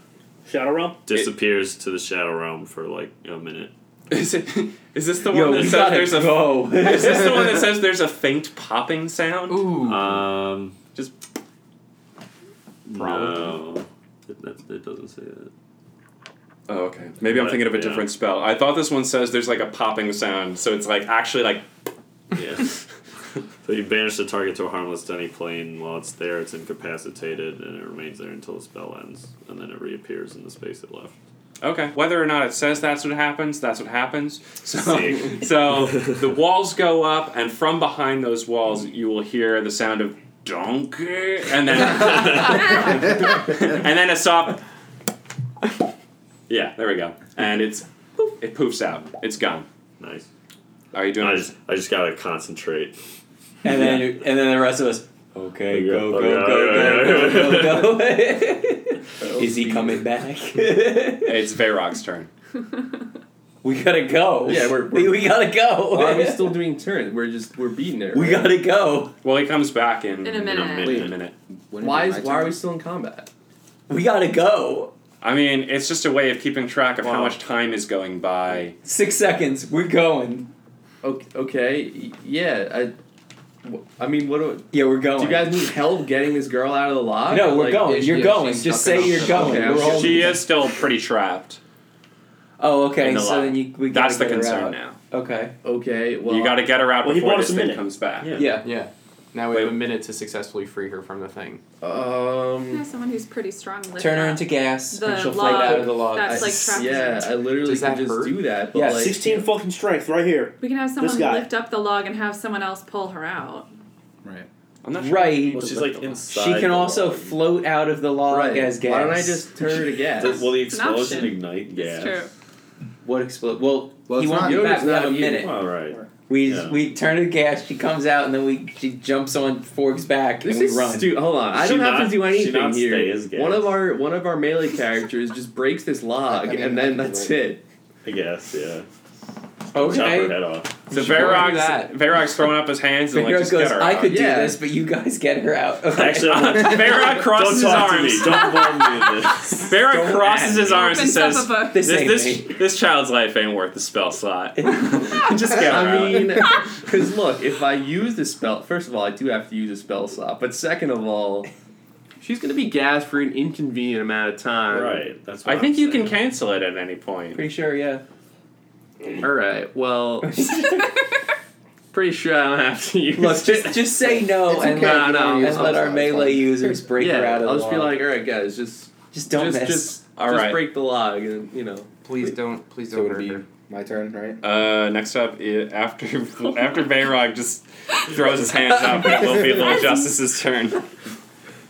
S6: Shadow Realm.
S7: disappears to the Shadow Realm for like a minute.
S1: is it? Is this the
S2: Yo,
S1: one that
S2: we
S1: says
S2: gotta
S1: there's a?
S2: go.
S1: Is this the one that says there's a faint popping sound?
S4: Ooh.
S7: Um,
S1: Just-
S7: No. It, that, it doesn't say that.
S1: Oh, okay. Maybe I'm
S7: But,
S1: thinking of a
S7: yeah.
S1: different spell. I thought this one says there's like a popping sound, so it's like actually like.
S7: Yeah. so you banish the target to a harmless demi plane. While it's there, it's incapacitated and it remains there until the spell ends, and then it reappears in the space it left.
S1: Okay. Whether or not it says that's what happens, that's what happens. So,
S7: Sick.
S1: so the walls go up, and from behind those walls, you will hear the sound of donkey, and then and then a soft Yeah, there we go. And it's poof, it poofs out. It's gone.
S7: Nice.
S1: Are you doing?
S7: I just I just gotta concentrate.
S2: And then and then the rest of us. Okay,
S7: Yeah.
S2: go go
S7: Yeah,
S2: go go
S7: yeah, yeah.
S2: go go. go. Is he coming back?
S1: it's Varog's turn.
S2: we gotta go.
S13: Yeah, we're-
S2: we, we gotta go.
S13: Why are we still doing turn? We're just we're beating it.
S2: We
S13: right?
S2: gotta go.
S1: Well, he comes back in,
S5: In a minute.
S1: In a minute.
S13: Why is why are we still in combat?
S2: We gotta go.
S1: I mean, it's just a way of keeping track of how
S13: Wow.
S1: much time is going by.
S2: Six seconds. We're going.
S13: Okay, okay y- yeah. I, w- I mean, what do,
S2: Yeah, we're
S13: do
S2: going.
S13: you guys need help getting this girl out of the lodge?
S2: no, we're
S13: Like,
S2: going.
S13: is-
S2: You're
S13: yeah,
S2: going.
S13: she's
S2: Just
S13: stuck in
S2: say
S13: a-
S2: you're going.
S13: Okay,
S2: we're
S13: I'm-
S2: all.
S1: She is still pretty trapped.
S2: oh, okay.
S1: in the
S2: So
S1: lot.
S2: then you, we gotta
S1: That's the
S2: get her
S1: concern
S2: out.
S1: now.
S2: Okay.
S13: Okay, well,
S1: you got to get her out
S6: Well, he
S1: before
S6: bought us
S1: this
S6: a
S1: thing
S6: minute.
S1: comes back.
S7: Yeah.
S2: Yeah.
S9: Yeah. Now we have
S1: Wait.
S9: a minute to successfully free her from the thing.
S13: Um,
S5: someone who's pretty strong. lit
S2: Turn her
S5: up.
S2: into gas,
S5: The
S2: and she'll
S5: log.
S2: float out of the log.
S5: That's
S13: I-
S5: like trapped
S13: yeah, I literally
S9: Does
S13: can
S9: that
S13: just
S9: hurt?
S13: do that. But
S2: Yes.
S13: like,
S6: 16 fucking strength right here.
S5: We can have
S6: This
S5: someone
S6: guy.
S5: lift up the log and have someone else pull her out.
S3: Right.
S1: I'm not sure.
S2: right.
S7: Well, she's like inside.
S2: She can
S7: the
S2: also
S7: log.
S2: float out of the log
S13: right,
S2: as gas.
S13: Why don't I just turn her to gas?
S7: Does- will the
S5: It's an
S7: explosion
S5: option.
S7: ignite
S5: That's
S7: gas?
S5: true.
S2: What explode? Well,
S3: Well,
S2: he
S3: it's
S2: won't
S3: not-
S2: be back.
S13: Yoda's
S2: We have a
S13: not you.
S2: minute.
S7: All right.
S2: We
S7: Yeah.
S2: we turn her to gas. She comes out, and then we she jumps on Fork's back,
S13: This
S2: and
S13: is
S2: we run.
S13: stu- hold on. I
S7: She
S13: don't have
S7: not-
S13: to do
S7: she
S13: anything
S7: not
S13: here.
S7: stay as gas.
S13: One of our one of our melee characters just breaks this log,
S3: I mean,
S13: and
S3: I
S13: then
S3: can do
S13: that's
S3: it.
S13: it.
S7: I guess. Yeah. Chop her
S2: okay.
S7: head off.
S1: So
S9: Sure, do
S1: Varog's,
S9: that.
S1: Varog's throwing up his hands and like,
S2: Figaro
S1: just
S2: goes.
S1: get her
S2: I
S1: out."
S2: could do
S13: Yeah.
S2: this, but you guys get her out. Okay.
S7: Actually, I want-
S1: Vera crosses
S7: don't talk
S1: his arms.
S7: to me. Don't involve me in this.
S1: Vera crosses his arms and
S5: Opens up a
S1: says,
S5: book.
S2: this,
S1: "This
S2: ain't
S1: this
S2: me.
S1: this child's life ain't worth the spell slot." Just get her
S13: I
S1: out.
S13: mean, because look, if I use the spell, first of all, I do have to use a spell slot. But second of all,
S9: She's gonna be gassed for an inconvenient amount of time.
S7: Right. That's. What
S1: I
S7: I'm
S1: think you
S7: saying.
S1: can cancel it at any point.
S2: Pretty sure, yeah.
S13: all right, well,
S9: Pretty sure I don't have to use
S2: Look,
S9: it.
S2: just just say no
S3: It's
S2: and
S3: okay.
S2: let,
S9: No, no,
S2: and
S3: it's
S2: let our
S3: fine.
S2: melee users break
S13: yeah,
S2: her out of the
S13: I'll just be
S2: log.
S13: like, all right, guys, just
S2: just don't
S13: just
S2: miss.
S13: just,
S1: All
S13: just
S1: right.
S13: break the log, and you know,
S9: Please don't. Please
S3: So
S9: don't
S3: it would
S9: hurt
S3: be
S9: her.
S3: my turn, right?
S1: Uh, next up, i after after Varog just throws his hands up, it will be Little Justice's turn.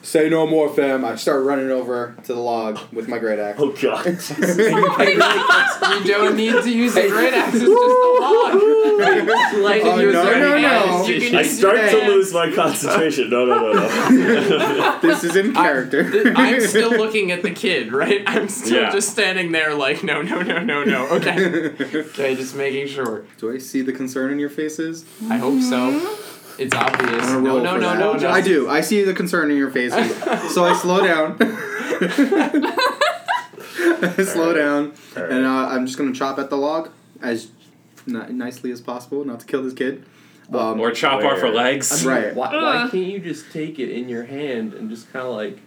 S3: Say no more, fam. I start running over to the log with my great axe.
S7: Oh god.
S9: You don't need to use the great axe. It's just the log. Like,
S3: Oh,
S9: use
S3: no,
S9: your
S3: no, no.
S9: hands, you can
S7: I
S9: just
S7: start
S9: do
S7: to
S9: that.
S7: lose my concentration. No, no, no, no.
S3: This is in character.
S9: Th- I'm still looking at the kid, right? I'm still
S1: Yeah.
S9: just standing there, like, no, no, no, no, no. Okay, okay, just making sure.
S3: Do I see the concern in your faces?
S9: I hope so. It's obvious.
S3: I'm gonna
S9: No,
S3: roll
S9: no,
S3: for
S9: no,
S3: that.
S9: no,
S3: I
S9: Justice.
S3: do. I see the concern in your faces. so I slow down. I slow
S7: Alright.
S3: down,
S7: Alright.
S3: and uh, I'm just gonna chop at the log as ni- nicely as possible, not to kill this kid. Um,
S1: Or chop off her
S7: Where?
S1: legs.
S3: right.
S13: why, why
S5: Ugh.
S13: can't you just take it in your hand and just kind of like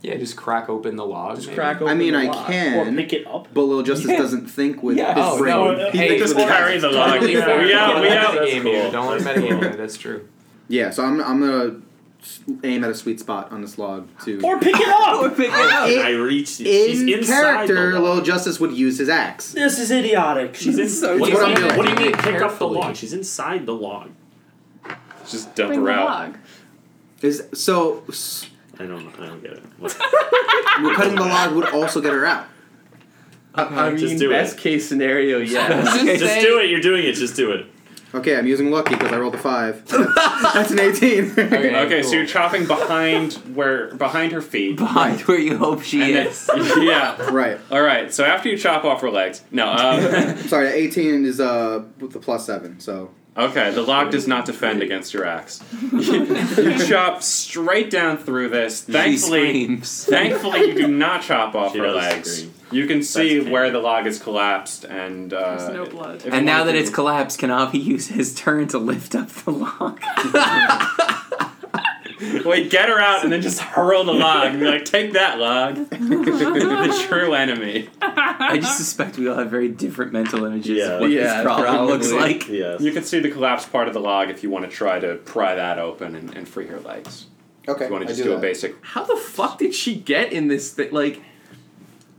S9: Yeah, just crack open the log.
S13: just
S9: maybe.
S13: crack open?
S3: I mean,
S13: the
S3: I
S13: log?
S6: Or
S3: can,
S6: pick it up.
S3: but Lil Justice
S2: Yeah.
S3: doesn't think with
S2: Yeah.
S3: his
S9: Oh,
S3: brain.
S9: no.
S3: He
S9: Hey,
S3: thinks
S1: Just
S3: with his
S1: carry
S3: axe.
S1: the log.
S9: Totally
S1: We
S9: fair.
S1: out.
S9: Don't
S1: We
S9: let
S1: out.
S9: metagame
S7: That's cool.
S9: you. Don't let
S7: That's
S9: metagame
S7: cool.
S9: you. That's true.
S3: Yeah, so I'm, I'm gonna s- aim at a sweet spot on this log to.
S6: Or pick it up!
S7: Can I
S3: in
S7: reach? the- she's
S3: in
S7: inside
S3: character,
S7: the log.
S3: Lil Justice would use his axe.
S6: This is idiotic.
S7: She's in.
S2: So
S7: what, do
S3: what
S7: you
S3: I'm
S7: mean, what do you
S9: doing.
S7: mean? Pick up the
S9: Carefully.
S7: log. She's inside the log.
S1: Just dump
S5: Bring
S1: her
S5: the
S1: out.
S5: log.
S3: Is so s-
S7: I don't. I don't get it. What?
S3: cutting the log would also get her out.
S13: I mean,
S7: Just do it.
S13: best case scenario, yeah.
S7: Just do it. You're doing it. Just do it.
S3: Okay, I'm using lucky because I rolled a five. That's an eighteen.
S9: Okay,
S1: Okay,
S9: cool.
S1: so you're chopping behind where behind her feet.
S2: behind where you hope she
S1: And
S2: is.
S1: then- yeah.
S3: right.
S1: All right. So after you chop off her legs, no. Um,
S3: Sorry, eighteen is uh with the plus seven. So
S1: okay, the log does not defend against your axe. you chop straight down through this.
S2: she
S1: Thankfully,
S2: screams.
S1: thankfully, you do not chop off
S7: She
S1: her
S7: does
S1: legs.
S7: scream.
S1: You can see
S7: That's
S1: where the log is collapsed, and uh,
S5: There's no blood.
S1: if you
S2: And now
S1: wanted
S2: that
S1: to-
S2: it's collapsed, Kanavi uses his turn to lift up the log.
S1: Wait, get her out and then just hurl the log and be like, take that log. the true enemy.
S2: I just suspect we all have very different mental images
S7: Yeah.
S2: of what
S13: Yeah,
S2: this problem looks
S13: probably.
S2: like.
S7: Yes.
S1: You can see the collapsed part of the log if you want to try to pry that open and, and free her legs.
S3: okay,
S1: If you want to
S3: I
S1: just
S3: do,
S1: do, a
S3: that.
S1: basic.
S13: How the fuck did she get in this thing? Like,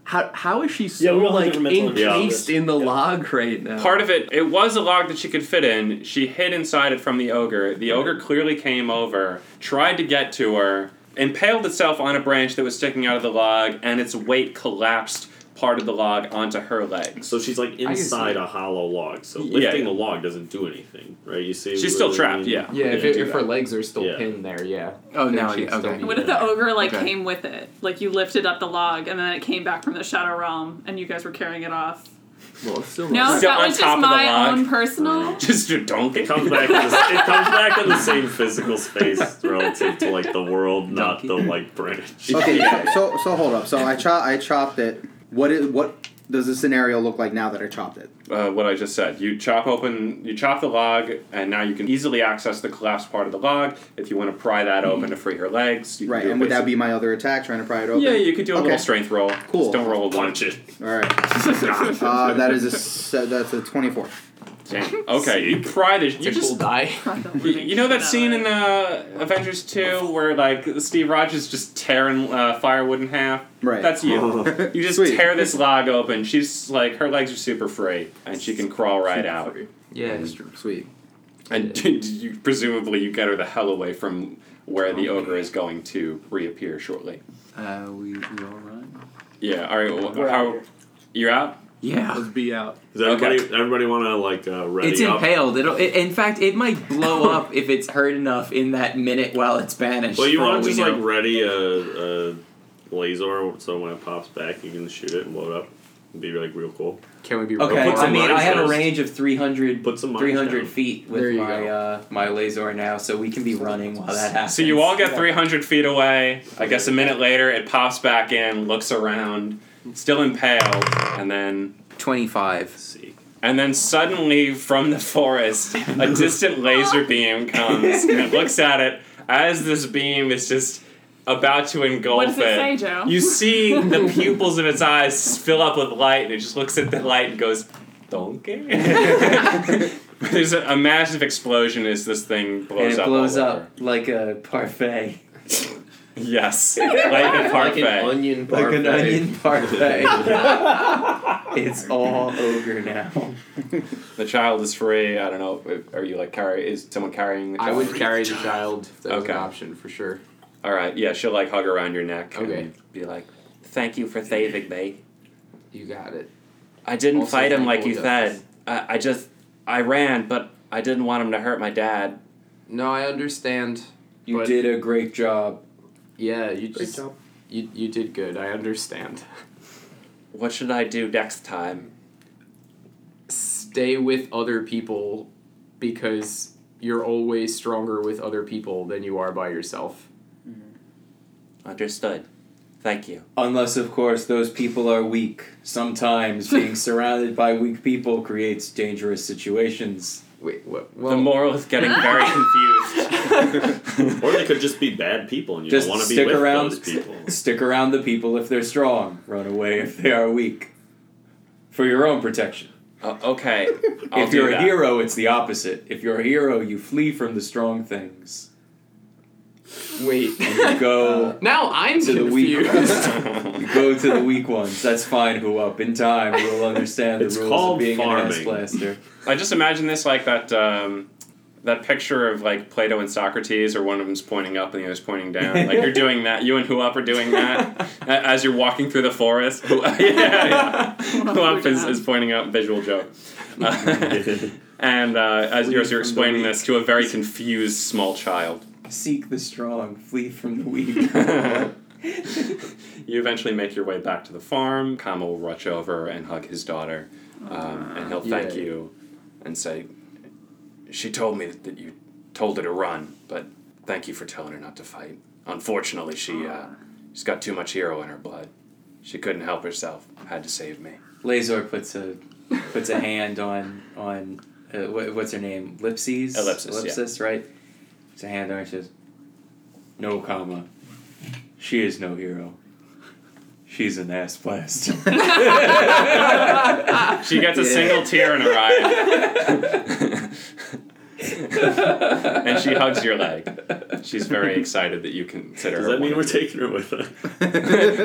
S13: how how is she
S6: Yeah,
S13: so
S6: we all have
S13: like
S6: different mental images of
S13: encased
S6: this.
S13: in the
S6: Yeah.
S13: log right now?
S1: Part of it, it was a log that she could fit in. She hid inside it from the ogre. The ogre clearly came over, tried to get to her, impaled itself on a branch that was sticking out of the log, and its weight collapsed part of the log onto her leg.
S7: So she's like inside a hollow log. So
S1: Yeah,
S7: lifting
S1: yeah.
S7: the log doesn't do anything, right? You see,
S1: She's
S7: what
S1: still
S7: I
S1: trapped,
S7: mean?
S1: yeah.
S9: Yeah, if,
S7: Yeah,
S9: it,
S7: do
S9: if her
S7: that.
S9: legs are still
S7: Yeah.
S9: pinned there, yeah.
S14: Oh,
S9: Then
S14: now I
S9: she'd
S14: get-
S9: still
S14: okay.
S9: be-
S14: What
S5: What if the ogre like
S9: Okay.
S5: came with it? Like you lifted up the log and then it came back from the shadow realm and you guys were carrying it off.
S14: Well, still
S5: No,
S1: Still
S5: that
S1: on
S5: was
S1: top
S5: just
S1: of the
S5: my
S1: log.
S5: own personal.
S1: Just a donkey.
S7: It comes back. To the, it comes back in the same physical space relative to like the world, not the like branch.
S3: Okay, so, so so hold up. So I chop I chopped it. What is what does the scenario look like now that I chopped it?
S1: uh, what I just said. You chop open, you chop the log, and now you can easily access the collapsed part of the log. If you want to pry that open to free her legs, you can
S3: Mm-hmm. Right,
S1: do a
S3: and would that
S1: basic-
S3: be my other attack trying to pry it open?
S1: Yeah, you could do a
S3: okay.
S1: little strength roll.
S3: Cool.
S1: Just don't roll a one.
S7: Punch it.
S3: All right. Uh, that is a se- that's a twenty four.
S1: Damn. Okay, you pry the. You
S9: It's a cool
S1: just.
S9: die.
S1: You you know that scene in uh, Avengers Two where like Steve Rogers just tearing uh, firewood in half.
S3: Right.
S1: That's you. You just
S3: Sweet.
S1: tear this log open. She's like her legs are super free, and she can crawl right out.
S9: Yeah, it's
S3: Mm-hmm. Sweet.
S1: And you, presumably, you get her the hell away from where the ogre is going to reappear shortly.
S2: Uh, we, we all right?
S1: Yeah. All right. Well,
S6: We're out
S1: how,
S6: here.
S1: you're out.
S2: Yeah.
S14: Let's be out.
S7: Does everybody, everybody want to like uh, ready
S2: It's
S7: up?
S2: impaled. It'll, it, in fact, it might blow up if it's hurt enough in that minute while it's banished.
S7: Well, you
S2: for all
S7: want to
S2: we
S7: just
S2: know.
S7: like ready a, a laser, so when it pops back, you can shoot it and blow it up. It'd be like real cool.
S9: Can we be
S2: Okay,
S7: Put
S9: real?
S2: I
S7: some
S2: mean, I
S7: mines
S2: have a
S7: down.
S2: range of 300,
S7: Put some mines
S2: 300
S7: down.
S2: feet
S9: There
S2: with
S9: you
S2: my
S9: go.
S2: uh, my laser now, so we can be running while that happens.
S1: So you all get 300 feet away. I guess a minute later, it pops back in, looks around, still impaled, and then
S2: 25.
S7: see.
S1: and then suddenly from the forest, a distant laser beam comes and it looks at it as this beam is just about to engulf
S5: What does it
S1: it.
S5: say, Joe?
S1: You see the pupils of its eyes fill up with light, and it just looks at the light and goes, "Donkey." There's a, a massive explosion as this thing blows
S2: And it
S1: up.
S2: blows
S1: all
S2: up
S1: over.
S2: like a parfait,
S1: Yes, like a parfait.
S14: Like an onion parfait.
S2: like an onion parfait. it's all ogre now.
S1: the child is free. I don't know. if- Are you like carry? Is someone carrying the child?
S9: I would carry the child if that was
S1: Okay.
S9: an option for sure.
S1: All right. Yeah, she'll like hug around your neck. and
S9: Okay.
S1: be like, "Thank you for saving me.
S9: You got it.
S1: I didn't
S9: Also
S1: fight him like you
S9: thankful justice.
S1: said. I, I just I ran, but I didn't want him to hurt my dad.
S9: No, I understand.
S2: You
S9: But-
S2: did a great job.
S9: Yeah, you just you you did good. I understand.
S1: What should I do next time?"
S9: Stay with other people because you're always stronger with other people than you are by yourself.
S1: Understood. Thank you.
S2: Unless, of course, those people are weak. Sometimes being surrounded by weak people creates dangerous situations.
S9: Wait, what?
S1: the
S9: Well,
S1: moral is getting very confused.
S7: Or they could just be bad people, and you
S2: Just
S7: don't want to be
S2: stick
S7: with
S2: around.
S7: those people.
S2: Stick around the people if they're strong, run away if they are weak. For your own protection.
S1: Uh, okay. I'll
S2: if
S1: do
S2: you're
S1: that.
S2: a hero, it's the opposite. If you're a hero, you flee from the strong things.
S9: wait.
S2: And you go
S9: now I'm
S2: to the weak
S9: confused.
S2: you go to the weak ones. That's fine, who up in time we'll understand the
S7: It's
S2: rules
S7: called
S2: of being an ass
S7: farming.
S2: blaster.
S1: I just imagine this like that um, that picture of like Plato and Socrates, or one of them's pointing up and the other's pointing down. Like you're doing that. You and Huap are doing that a- as you're walking through the forest. Hu- yeah, yeah.
S5: Oh
S1: Huap is, is pointing up. Visual joke. Uh, and uh, as you're, as you're explaining this to a very confused small child,
S2: Seek the strong, flee from the weak.
S1: you eventually make your way back to the farm. Kama will rush over and hug his daughter, um, and he'll thank
S9: Yeah.
S1: you and say, She told me that you told her to run, but thank you for telling her not to fight. Unfortunately, she, uh, she's got too much hero in her blood. She couldn't help herself, had to save me.
S2: Lazor puts a puts a hand on on uh, wha- what's her name? Ellipses.
S1: Ellipsis, yeah.
S2: Ellipsis, right? Puts a hand on her. and Says, "No comma. She is no hero. She's an ass blaster."
S1: She gets a
S2: Yeah.
S1: single tear in her eye. and she hugs your leg. She's very excited that you consider
S7: Does
S1: her.
S7: that
S1: one
S7: mean
S1: of
S7: we're
S1: your-
S7: taking her with us?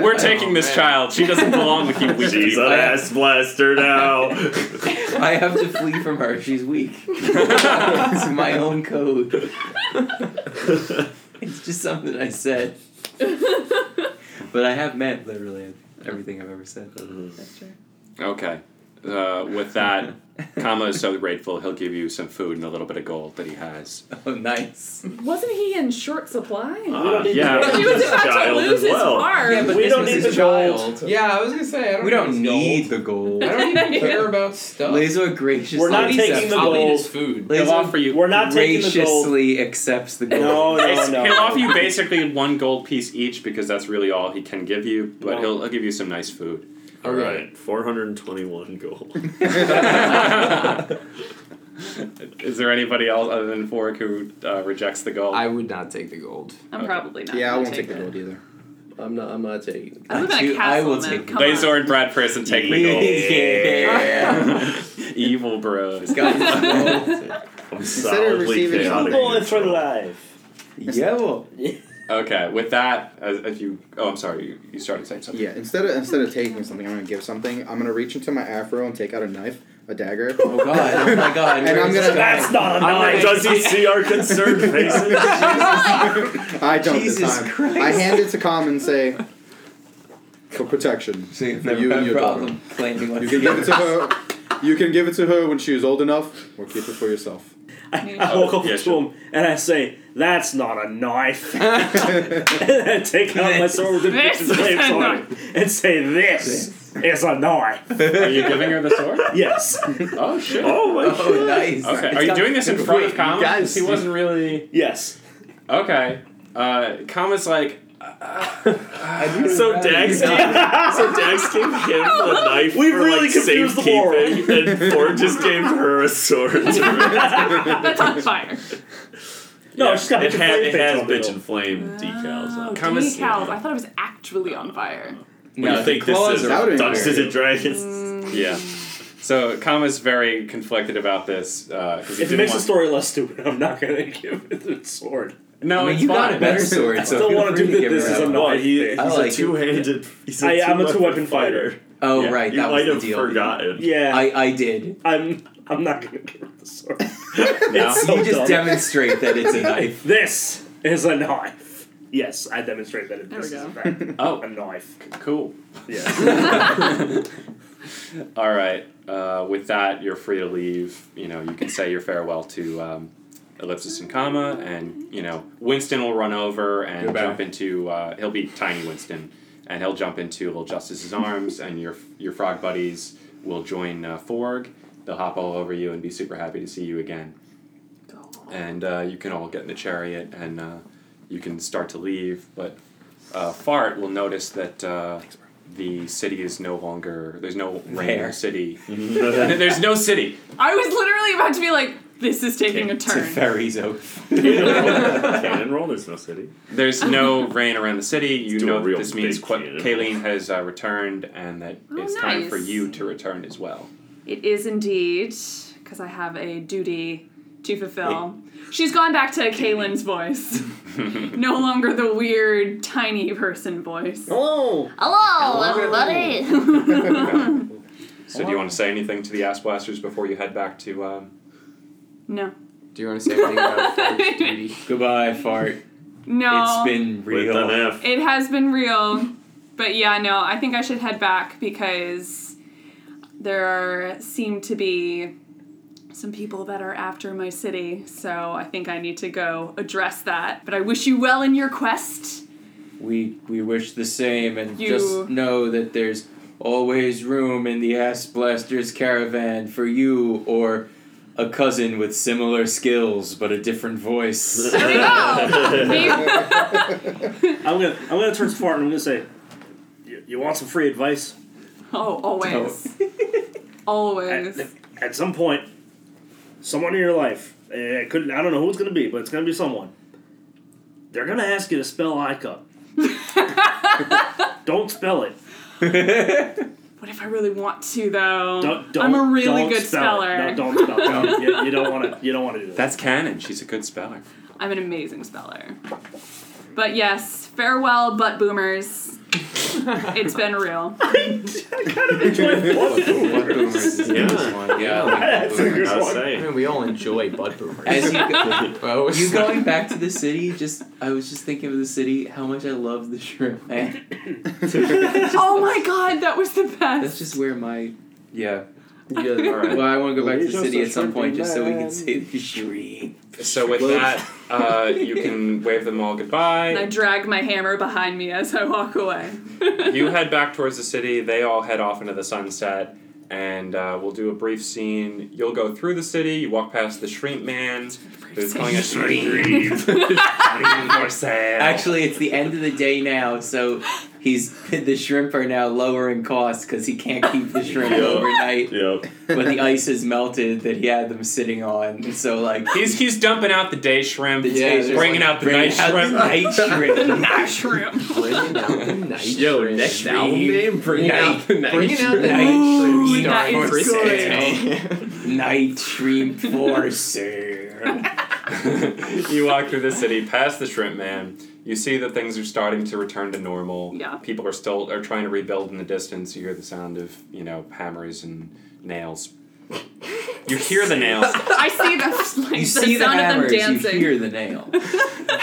S1: We're
S6: Oh,
S1: taking this
S9: man.
S1: child. She doesn't belong with you. weak
S7: She's an
S1: people.
S7: ass blaster now.
S2: I have to flee from her. She's weak. it's my own code.
S7: Uh,
S2: It's just something I said. But I have meant literally.
S15: everything I've ever said.
S10: That's true.
S1: Okay. Uh, with that, Kama is so grateful, he'll give you some food and a little bit of gold that he has.
S15: Oh, nice.
S10: Wasn't he in short supply?
S1: Uh, yeah.
S10: he was about to
S1: Child
S10: lose
S1: as well.
S10: his farm.
S6: Yeah, but We this don't was need his the gold. child.
S9: Yeah, I was gonna say I don't.
S15: We
S9: know
S15: don't
S9: his gold.
S15: need the gold.
S9: I don't even care about stuff.
S15: Laser graciously.
S6: We're not
S15: accepts-
S6: taking the
S9: I'll eat
S6: gold.
S9: his food.
S15: Laser
S1: He'll offer you.
S6: We're not taking the gold.
S15: graciously accepts the gold.
S6: No, no, no.
S1: He'll offer you basically one gold piece each because that's really all he can give you, but
S6: Wow.
S1: he'll, he'll give you some nice food.
S7: All right, 421 gold.
S1: Is there anybody else other than Fork who uh, rejects the gold?
S9: I would not take the gold.
S5: I'm
S1: Okay.
S5: probably not.
S3: Yeah, I
S5: gonna
S3: won't take the
S5: it.
S3: gold either.
S4: I'm not. I'm not taking. it.
S5: I live in
S15: I
S5: a
S15: do- I
S5: castle,
S15: will
S5: man.
S15: take the
S5: Come
S1: Lazor
S5: on.
S1: and Bradperson take the gold.
S15: Yeah.
S1: Evil bros.
S7: I'm
S3: Consider
S7: solidly
S3: receiving
S7: chaotic.
S6: Google it for life.
S15: yeah.
S1: Okay, with that, as if you. Oh, I'm sorry, you, you started saying something.
S3: Yeah, instead of instead of taking something, I'm gonna give something. I'm gonna reach into my afro and take out a knife, a dagger.
S15: Oh god. Oh my god.
S3: And I'm gonna-
S6: That's not a
S7: Like,
S6: knife.
S7: does he see our concerned faces?
S3: I don't
S15: Jesus
S3: this time.
S15: Christ.
S3: I hand it to Com and say, for protection.
S15: See,
S3: For
S15: never
S3: you
S15: had
S3: and
S15: a
S3: your daughter.
S15: problem claiming
S3: You can give it to her. You can give it to her when she is old enough, or keep it for yourself.
S6: I, I walk up
S1: Yeah,
S6: to
S1: sure.
S6: him and I say, "That's not a knife." and I take out my sword with the
S5: This is
S6: kitchen
S5: a
S6: flames on it and say, "This is a knife."
S1: Are you giving her the sword?
S6: Yes.
S1: Oh, shit.
S7: oh my
S15: Oh,
S7: god.
S15: nice.
S1: Okay, are you doing this in front of Kama? Because he wasn't really.
S6: Yes.
S1: Okay. Uh, Kama's like,
S7: So Dax gave, so Dax gave him the knife
S6: We've
S7: for
S6: really
S7: like
S6: confused the moral.
S7: safekeeping, and Ford just gave her a sword.
S5: That's on fire.
S6: No, it's got
S7: it,
S6: bitch and
S7: had-
S6: flame
S7: it
S6: face
S7: has
S6: on it,
S7: bitch
S6: though.
S7: and flame decals.
S5: Oh,
S7: on it.
S1: Kamas-
S5: decals. I thought it was actually on fire.
S7: What do you think this
S15: claws
S7: is?
S15: are out of
S7: Dungeons
S15: here.
S7: and Dragons.
S6: Mm.
S1: yeah. So Kama's very conflicted about this because he
S6: If it
S1: didn't
S6: makes the
S1: want.
S6: story less stupid, I'm not gonna give it the sword.
S1: no,
S15: I mean,
S1: it's
S15: you got
S1: fine.
S15: a better sword, so
S6: Still
S15: feel
S6: wanna
S15: free
S6: do
S15: to
S6: that
S15: give
S6: this
S15: her
S6: is
S15: that
S6: a
S15: one.
S7: Why he, he's
S6: I
S15: like
S7: a
S15: it.
S7: two-handed. He's a
S6: I am a
S7: two-weapon
S6: two-weapon fighter.
S15: Oh
S1: Yeah,
S15: right,
S7: You
S15: that was
S7: might
S15: the
S7: have
S15: deal.
S7: forgotten.
S6: Yeah,
S15: I I did.
S6: I, am I'm not gonna give it the sword.
S1: No?
S6: It's so
S15: you just
S6: dumb.
S15: demonstrate that it's a knife.
S6: This is a knife. Yes, I demonstrate that it
S5: There we
S6: this is
S5: go.
S6: in fact
S1: Oh.
S6: a knife.
S1: Cool.
S6: Yeah.
S1: All right. Uh, with that, you're free to leave. You know, you can say your farewell to um, Ellipsis and Kama, and you know, Winston will run over and
S15: Goodbye.
S1: jump into. Uh, he'll be tiny Winston, and he'll jump into Little Justice's arms, and your your frog buddies will join uh, Forg. They'll hop all over you and be super happy to see you again. And uh, you can all get in the chariot, and uh, you can start to leave. But uh, Fart will notice that. Uh, the city is no longer there's no rain
S15: There.
S1: city there's no city
S5: I was literally about to be like, this is taking a
S15: To
S5: turn.
S15: Ferry's oath.
S7: Cannon roll. There's no city.
S1: there's no rain around the city you
S7: Let's do
S1: know
S7: a real
S1: that this means
S7: big
S1: Qua-
S7: cannon.
S1: Kayleen has uh, returned and that
S5: Oh,
S1: it's time for
S5: nice.
S1: you to return as well
S5: It is indeed, because I have a duty to fulfill. She's gone back to Kaylin's voice. no longer the weird, tiny person voice.
S6: oh.
S5: Hello, everybody!
S1: so do you want to say anything to the ass blasters before you head back to um,
S5: no.
S9: Do you want to say anything about Forge duty?
S15: Goodbye, fart.
S5: No.
S15: It's been
S7: With
S15: real.
S7: an F.
S5: It has been real. But yeah, no, I think I should head back because there are, seem to be some people that are after my city. So I think I need to go address that. But I wish you well in your quest.
S15: We we wish the same, and
S5: You-
S15: just know that there's always room in the ass blasters caravan for you or a cousin with similar skills but a different voice.
S5: There we go. Maybe-
S6: I'm gonna I'm gonna turn to Fart and I'm gonna say, "You- "You want some free advice?
S5: oh, always. Always.
S6: At, at some point, someone in your life, eh, it could I don't know who it's gonna be, but it's gonna be someone. They're gonna ask you to spell ICA. don't spell it.
S5: What if I really want to though?
S6: Don't, don't
S5: I'm a really
S6: don't
S5: good
S6: spell it.
S5: speller.
S6: No, don't spell it. No, you, you don't want to. You don't want to do that.
S1: that's canon she's a good speller
S5: I'm an amazing speller. But yes, farewell, butt boomers. it's been real.
S3: Butt boomers is the
S7: Yeah.
S3: biggest one.
S15: Yeah, I like
S6: That's a good one.
S9: I mean, we all enjoy butt boomers.
S15: As you-
S9: Bro, it's
S15: you
S9: like-
S15: going back to the city? Just I was just thinking of the city. How much I love the shrimp. man.
S5: oh my god, that was the
S15: That's
S5: best.
S15: just where my yeah.
S5: Yeah, all
S1: right.
S15: Well, I want to go back to
S2: He's
S15: the
S2: just
S15: city
S2: a
S15: at some point just so we can see
S2: shrimpy
S15: the shrimp.
S1: So with that, uh, you can wave them all
S5: And I
S1: goodbye.
S5: drag my hammer behind me as I walk away.
S1: You head back towards the city. They all head off into the sunset, and uh, we'll do a brief scene. You'll go through the city. You walk past the shrimp man who's calling a shrimp. shrimp for sale.
S15: Actually, it's the end of the day now, so he's the shrimp are now lowering costs because he can't keep the shrimp
S7: Yeah.
S15: overnight.
S7: Yep.
S15: When the ice is melted that he had them sitting on, and so like
S1: he's he's dumping out the day shrimp,
S15: the day is just,
S1: bringing
S15: like,
S1: out the
S15: bringing
S1: night
S15: out
S1: shrimp.
S15: the night shrimp.
S5: Night shrimp.
S9: Bringing out the night
S4: Yo,
S9: shrimp.
S4: next album name, bring out the night
S9: Bringing out the
S15: shrimp.
S9: night shrimp.
S5: Ooh, that
S9: starring
S5: is
S9: Chris
S5: good.
S9: Kattan.
S15: night shrimp for sale.
S1: you walk through the city, past the shrimp man. You see that things are starting to return to normal.
S5: Yeah.
S1: People are still are trying to rebuild in the distance. You hear the sound of you know hammers and nails. You hear the nails.
S5: I see the, like,
S15: You
S5: the
S15: see the
S5: sound of
S15: hammers,
S5: them
S15: you
S5: dancing.
S15: hear the nail.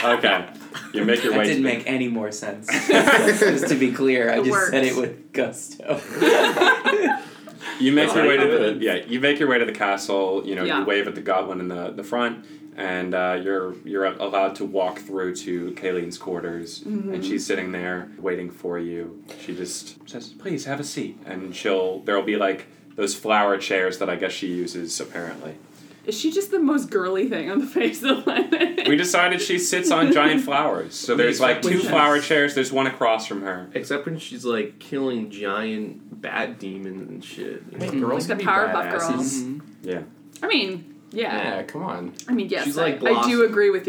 S1: Okay. You make your
S15: That
S1: way.
S15: didn't
S1: to-
S15: make any more sense. Just to be clear, I
S5: It
S15: just said it
S5: works.
S15: with gusto.
S1: You make
S7: That's
S1: your
S7: how
S1: way
S7: you
S1: to the
S7: do it.
S1: yeah. You make your way to the castle. You know,
S5: Yeah.
S1: you wave at the goblin in the, the front, and uh, you're you're allowed to walk through to Kayleen's quarters, and she's sitting there waiting for you. She just says, "Please have a seat," and she'll there'll be like those flower chairs that I guess she uses apparently.
S5: Is she just the most girly thing on the face of the planet?
S1: We decided she sits on giant flowers, so there's like two
S4: Yes.
S1: flower chairs. There's one across from her.
S4: Except when she's like killing giant bat demons and shit. you know?
S9: Girls can
S5: Like the
S9: be
S5: Powerpuff Girls.
S15: Um,
S9: badasses.
S1: Yeah.
S5: I mean, yeah.
S9: Yeah, come on.
S5: I mean, yes,
S9: She's
S5: I,
S9: like
S5: I do
S9: Blossom.
S5: agree with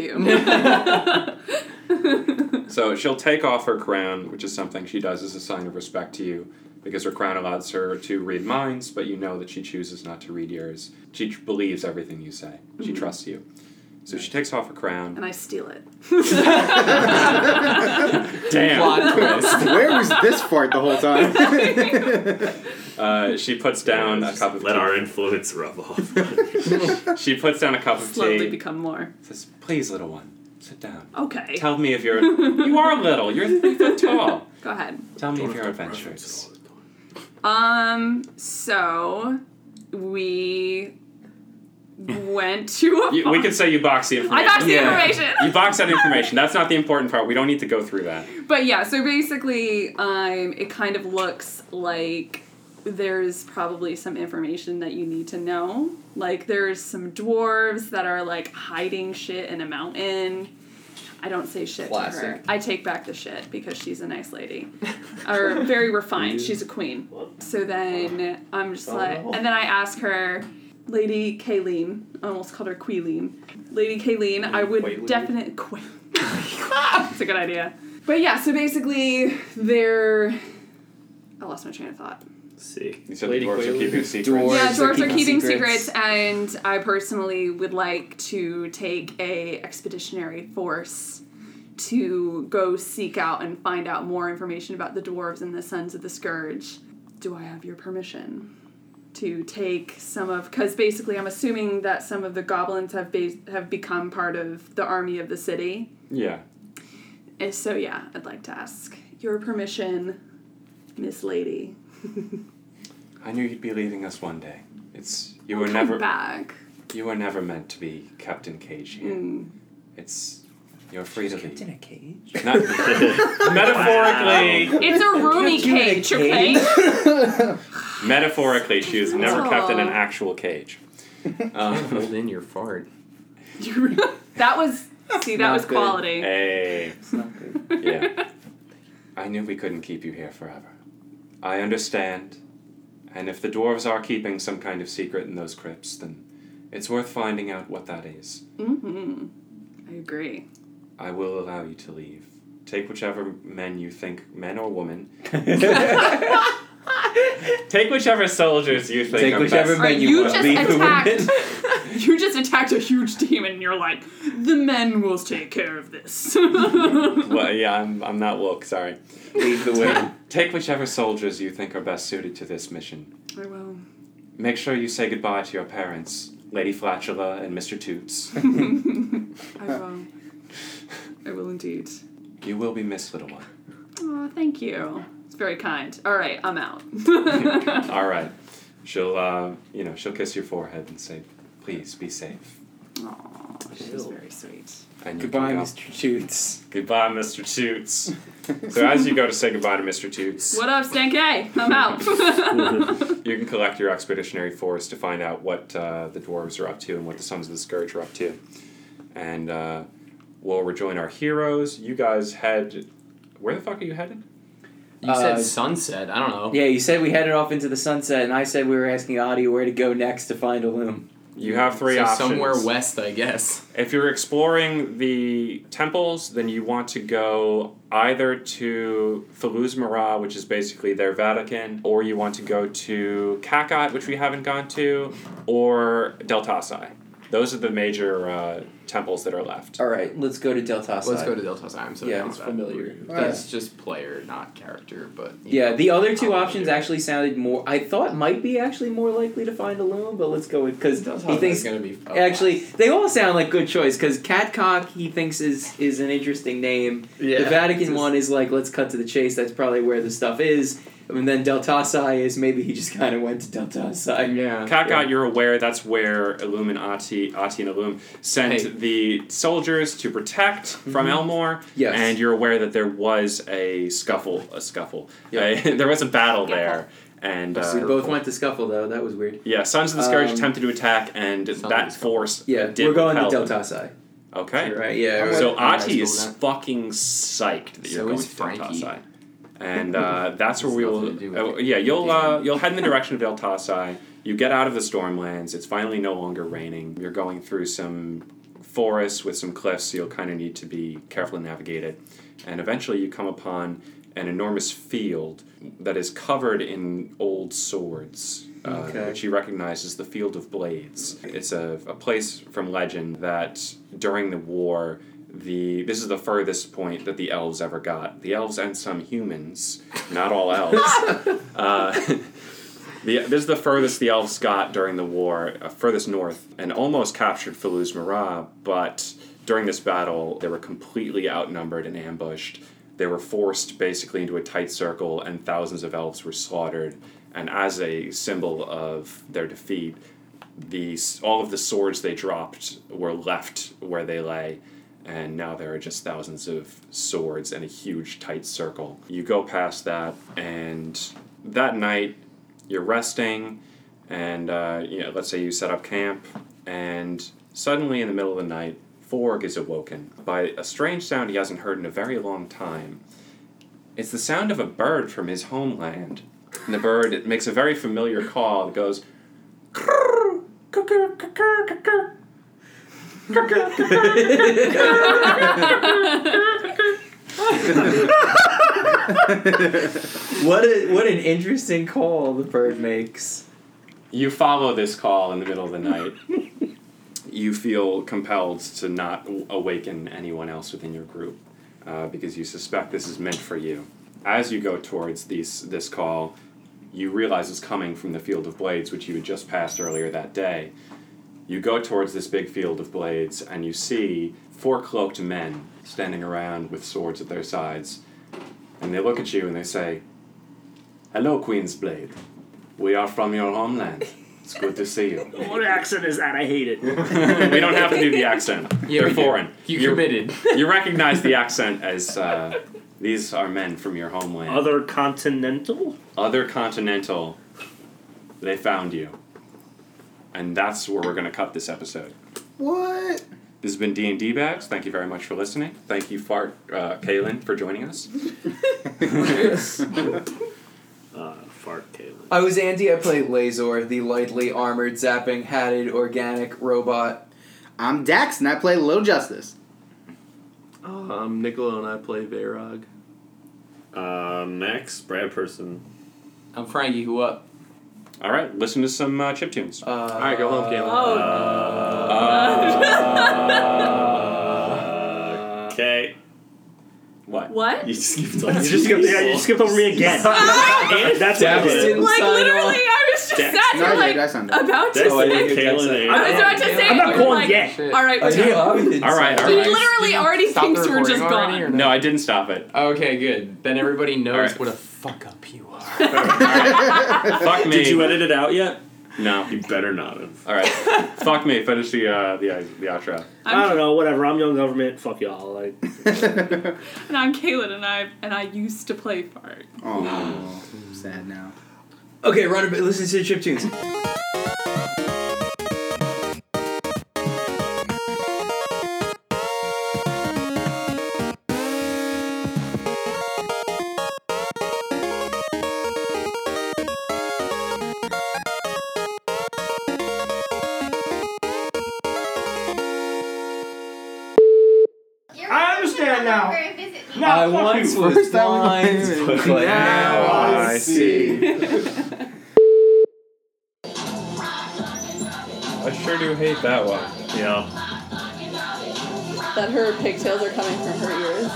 S5: you.
S1: So she'll take off her crown, which is something she does as a sign of respect to you, because her crown allows her to read minds, but you know that she chooses not to read yours. She tr- believes everything you say, she trusts you. So she takes off her crown.
S5: and I steal it.
S1: Damn!
S9: Plot twist.
S3: Where was this fart the whole time?
S1: Uh, she puts down a
S7: Just
S1: cup of
S7: Let
S1: tea.
S7: our influence rub off.
S1: she puts down a cup of
S5: Slowly
S1: tea.
S5: become more.
S1: says, "Please, little one, sit down.
S5: Okay.
S1: Tell me if you're you are little. You're three foot tall.
S5: Go ahead.
S1: Tell me if you're adventurous."
S5: Um, so we went to a
S1: You,
S5: bar-
S1: we could say you box the
S5: I
S1: information.
S5: got the
S15: Yeah.
S1: you
S5: information.
S1: box out information. That's not the important part. We don't need to go through that.
S5: But yeah, so basically, um, it kind of looks like there's probably some information that you need to know. Like there's some dwarves that are like hiding shit in a mountain. I don't say shit to her.
S15: Classic.
S5: I take back the shit because she's a nice lady. or very refined. She's a queen. So then I'm just like, and then I ask her, Lady Kayleen, I almost called her Queeleen. Lady Kayleen, I would definitely. It's a good idea. But yeah, so basically, they're. I lost my train of thought.
S7: See.
S1: You said
S2: Lady
S1: the dwarves are
S2: Quaalude.
S1: keeping secrets.
S15: Dwarves
S5: yeah,
S15: are
S5: dwarves are
S15: keeping
S5: keeping secrets.
S15: secrets.
S5: and I personally would like to take a expeditionary force to go seek out and find out more information about the dwarves and the sons of the scourge. Do I have your permission to take some of? Because basically, I'm assuming that some of the goblins have bas- have become part of the army of the city.
S1: Yeah.
S5: And so, yeah, I'd like to ask your permission, Miss Lady.
S1: I knew you'd be leaving us one day. It's you
S5: We'll
S1: were
S5: come
S1: never
S5: back.
S1: you were never meant to be kept in cage here.
S5: Mm.
S1: It's you're free to leave.
S15: in a cage.
S1: Not, metaphorically,
S5: It's a roomy
S15: Kept you in a
S5: cage, okay?
S1: metaphorically, she was never kept in an
S5: Aw.
S1: actual cage. Um,
S9: Hold in your fart.
S5: that was see, that
S15: Not
S5: was
S15: good.
S5: quality.
S1: hey,
S15: It's not good.
S1: yeah. I knew we couldn't keep you here forever. I understand, and if the dwarves are keeping some kind of secret in those crypts, then it's worth finding out what that is.
S5: hmm I agree.
S1: I will allow you to leave. Take whichever men you think, men or women. Take whichever soldiers you think.
S15: Take
S1: are
S15: whichever
S1: best.
S5: Are
S15: men
S5: you
S15: want.
S5: just
S15: Leave uh, the
S5: attacked?
S15: women.
S5: you just attacked a huge demon and you're like, the men will take care of this.
S1: well, yeah, I'm, I'm not woke, sorry.
S15: Lead the way.
S1: Take whichever soldiers you think are best suited to this mission.
S5: I will.
S1: Make sure you say goodbye to your parents, Lady Flatula and Mr. Toots.
S5: I will. I will indeed.
S1: you will be missed, little one.
S5: Oh, thank you. It's very kind. All right, I'm out.
S1: All right. She'll, uh, you know, she'll kiss your forehead and say, "Please be safe."
S5: Aw, she's very sweet.
S1: And you can
S15: Goodbye,
S1: go.
S15: Mr. Toots.
S1: Goodbye, Mr. Toots. so as you go to say goodbye to Mr. Toots,
S5: What up, Stank A? I'm out.
S1: you can collect your expeditionary force to find out what uh, the dwarves are up to and what the Sons of the Scourge are up to. And uh, we'll rejoin our heroes. You guys head. Where the fuck are you headed?
S9: You said
S15: Uh,
S9: sunset. I don't know.
S15: Yeah, you said we headed off into the sunset, and I said we were asking Adi where to go next to find a loom.
S1: You have three
S9: so
S1: options.
S9: somewhere west, I guess.
S1: If you're exploring the temples, then you want to go either to Thuluz Mara, which is basically their Vatican, or you want to go to Kakat, which we haven't gone to, or Deltasai. Those are the major uh, temples that are left.
S15: All right, let's go to Deltasai.
S9: Let's go to Delta Sim. So
S15: Yeah,
S9: down
S15: it's
S9: that.
S15: familiar.
S9: That's just player, not character, but you
S15: Oh, Yeah,
S9: know,
S15: the other two
S9: I'll
S15: options
S9: do it.
S15: actually sounded more. I thought might be actually more likely to find a loom, but let's go with because he
S9: Delta Sim is
S15: thinks
S9: gonna be up
S15: actually they all sound like good choice because Catcock he thinks is is an interesting name.
S9: last. yeah.
S15: the Vatican
S9: Just-
S15: one is like let's cut to the chase. That's probably where the stuff is. And then Deltasai is maybe he just kind of went to Deltasai.
S9: Yeah.
S1: Kakat, you're aware that's where Illum and Ati, Ati and Illum sent
S9: Hey.
S1: the soldiers to protect from Elmore.
S15: Mm-hmm. Yes.
S1: And you're aware that there was a scuffle, a scuffle.
S15: Yeah.
S1: A- there was a battle there. And
S15: we
S1: uh,
S15: both went to scuffle though. That was weird.
S1: Yeah, Sons of the Scourge
S15: Um,
S1: attempted to attack, and
S9: Sons of the
S1: that
S9: Scourge.
S1: force
S15: Yeah,
S1: did
S15: we're going to
S1: repel them.
S15: Deltasai.
S1: Okay.
S15: Right? Yeah.
S3: I'm
S15: right.
S1: So
S9: Alright,
S1: Ati
S9: let's
S1: is
S9: go with
S1: fucking psyched that you're
S9: So
S1: going
S9: is
S1: to
S9: Frankie.
S1: Deltasai. And uh, that's where
S9: Has
S1: we
S9: nothing to do
S1: will.
S9: with
S1: oh,
S9: it.
S1: yeah, you'll uh, you'll head in the direction of Deltasai. You get out of the Stormlands. It's finally no longer raining. You're going through some forests with some cliffs, so you'll kind of need to be careful to navigate it. And eventually, you come upon an enormous field that is covered in old swords, uh,
S15: Okay.
S1: which you recognize as the Field of Blades. It's a, a place from legend that during the war, the this is the furthest point that the elves ever got. The elves and some humans, not all elves. uh, the, this is the furthest the elves got during the war, uh, furthest north, and almost captured Feluz Marah, but during this battle, they were completely outnumbered and ambushed. They were forced basically into a tight circle, and thousands of elves were slaughtered. And as a symbol of their defeat, these all of the swords they dropped were left where they lay and now there are just thousands of swords and a huge tight circle you go past that and that night you're resting and uh, you know let's say you set up camp and suddenly in the middle of the night Forg is awoken by a strange sound he hasn't heard in a very long time it's the sound of a bird from his homeland and the bird makes a very familiar call that goes
S15: What a, what an interesting call the bird makes.
S1: You follow this call in the middle of the night. you feel compelled to not w- awaken anyone else within your group uh, because you suspect this is meant for you. As you go towards these, this call, you realize it's coming from the field of blades, which you had just passed earlier that day. You go towards this big field of blades, and you see four cloaked men standing around with swords at their sides. And they look at you and they say, Hello, Queen's Blade. We are from your homeland. It's good to see you.
S6: What accent is that? I hate it.
S1: we don't have to do the accent.
S9: Yeah,
S1: They're
S9: we do.
S1: foreign.
S9: You
S1: You're-
S9: committed.
S1: You recognize the accent as uh, these are men from your homeland.
S6: Other continental?
S1: Other continental, they found you. And that's where we're going to cut this episode.
S3: What?
S1: This has been D&D Bags. Thank you very much for listening. Thank you, Fart, uh, Kaylin, for joining us.
S7: Uh, fart Caleb.
S15: I was Andy. I played Lazor, the lightly armored, zapping, hatted, organic robot.
S3: I'm Dax and I play Little Justice.
S4: Um, Nicola and I play Varog.
S7: Uh, Max, Brad Person.
S9: I'm Frankie. Who up?
S1: All right, listen to some uh, chip tunes. All right, go home, Caleb.
S9: Oh.
S1: Uh,
S15: uh,
S7: Okay.
S1: What?
S5: What?
S7: You just skipped
S6: You just skipped, yeah, you skipped over me again. and that's what I did.
S5: like literally, I was just
S6: Dex.
S5: sat
S6: No,
S5: here
S6: you
S5: like
S6: did. I signed it.
S5: about to
S6: Dex. Oh, I didn't
S5: say.
S6: hear Dex say it.
S5: I was about to say.
S6: I'm not
S5: it, you're
S6: calling
S5: like,
S6: yet.
S5: All right, we're done.
S1: All right, all
S5: He
S1: right.
S5: literally already
S9: Stop
S5: thinks
S9: the
S5: we're just
S9: recording already,
S5: gone.
S9: or
S1: No, I didn't stop it.
S9: Okay, good. Then everybody knows
S1: Alright.
S9: what a fuck up you are.
S1: Fuck me.
S7: Did you edit it out yet?
S1: No.
S7: You better not have.
S1: All right. Fuck me. Finish the uh, the the outro.
S9: Uh.
S6: I don't know, whatever. I'm young government. Fuck y'all. Like,
S5: And I'm Kaylin, and I and I used to play fart.
S3: Oh, sad now.
S2: Okay, right. ab- Listen to the chip tunes.
S6: I understand now. No,
S15: I
S6: fuck
S15: once
S6: you.
S15: was blind, but now I see.
S1: I sure do hate that one.
S7: Yeah.
S10: That her pigtails are coming from her ears.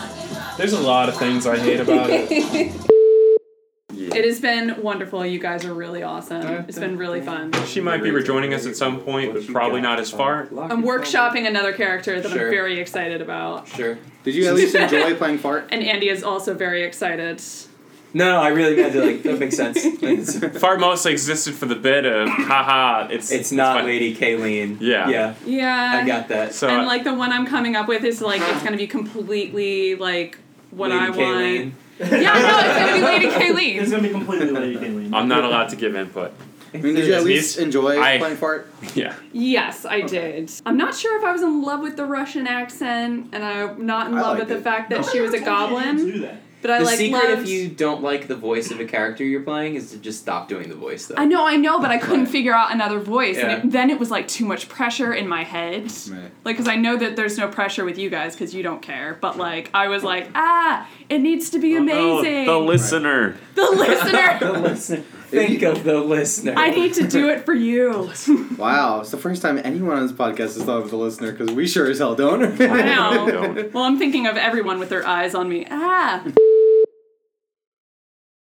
S1: There's a lot of things I hate about it.
S5: It has been wonderful. You guys are really awesome. It's been really fun.
S1: She might be rejoining us at some point, but probably not as far.
S5: I'm workshopping another character that
S3: Sure.
S5: I'm very excited about.
S15: Sure.
S3: Did you at least enjoy playing fart?
S5: And Andy is also very excited.
S2: No, no, I really meant to. Like, that makes sense. It's,
S1: Fart mostly existed for the bit of haha. It's
S2: it's not
S1: fine.
S2: Lady Kayleen.
S1: Yeah.
S2: Yeah,
S5: Yeah.
S2: I got that.
S1: So
S5: and like the one I'm coming up with is like it's gonna be completely like what
S2: Lady
S5: I
S2: Kayleen.
S5: want. Yeah, no, it's gonna be Lady
S6: It's
S5: Kayleen.
S6: gonna be completely Lady Kayleen.
S1: I'm not allowed to give input.
S3: I mean, did you at least enjoy
S1: I-
S3: playing fart?
S1: Yeah.
S5: Yes, I did. I'm not sure if I was in love with the Russian accent, and I'm not in
S3: I
S5: love with
S3: liked
S5: the
S3: it.
S5: fact that
S6: Nobody
S5: she was a
S6: ever told you you had to
S5: goblin.
S6: do that.
S5: But I
S15: the
S5: like
S15: secret,
S5: loved.
S15: if you don't like the voice of a character you're playing, is to just stop doing the voice, though.
S5: I know, I know, but I couldn't figure out another voice,
S15: Yeah.
S5: and it, then it was like too much pressure in my head. Like, because I know that there's no pressure with you guys because you don't care, but like I was like, ah, it needs to be amazing.
S7: Oh, the listener.
S5: the listener,
S2: The listener. Think of the listener.
S5: I need to do it for you.
S3: Wow, it's the first time anyone on this podcast has thought of the listener because we sure as hell don't.
S5: I know.
S1: Don't.
S5: Well, I'm thinking of everyone with their eyes on me. Ah,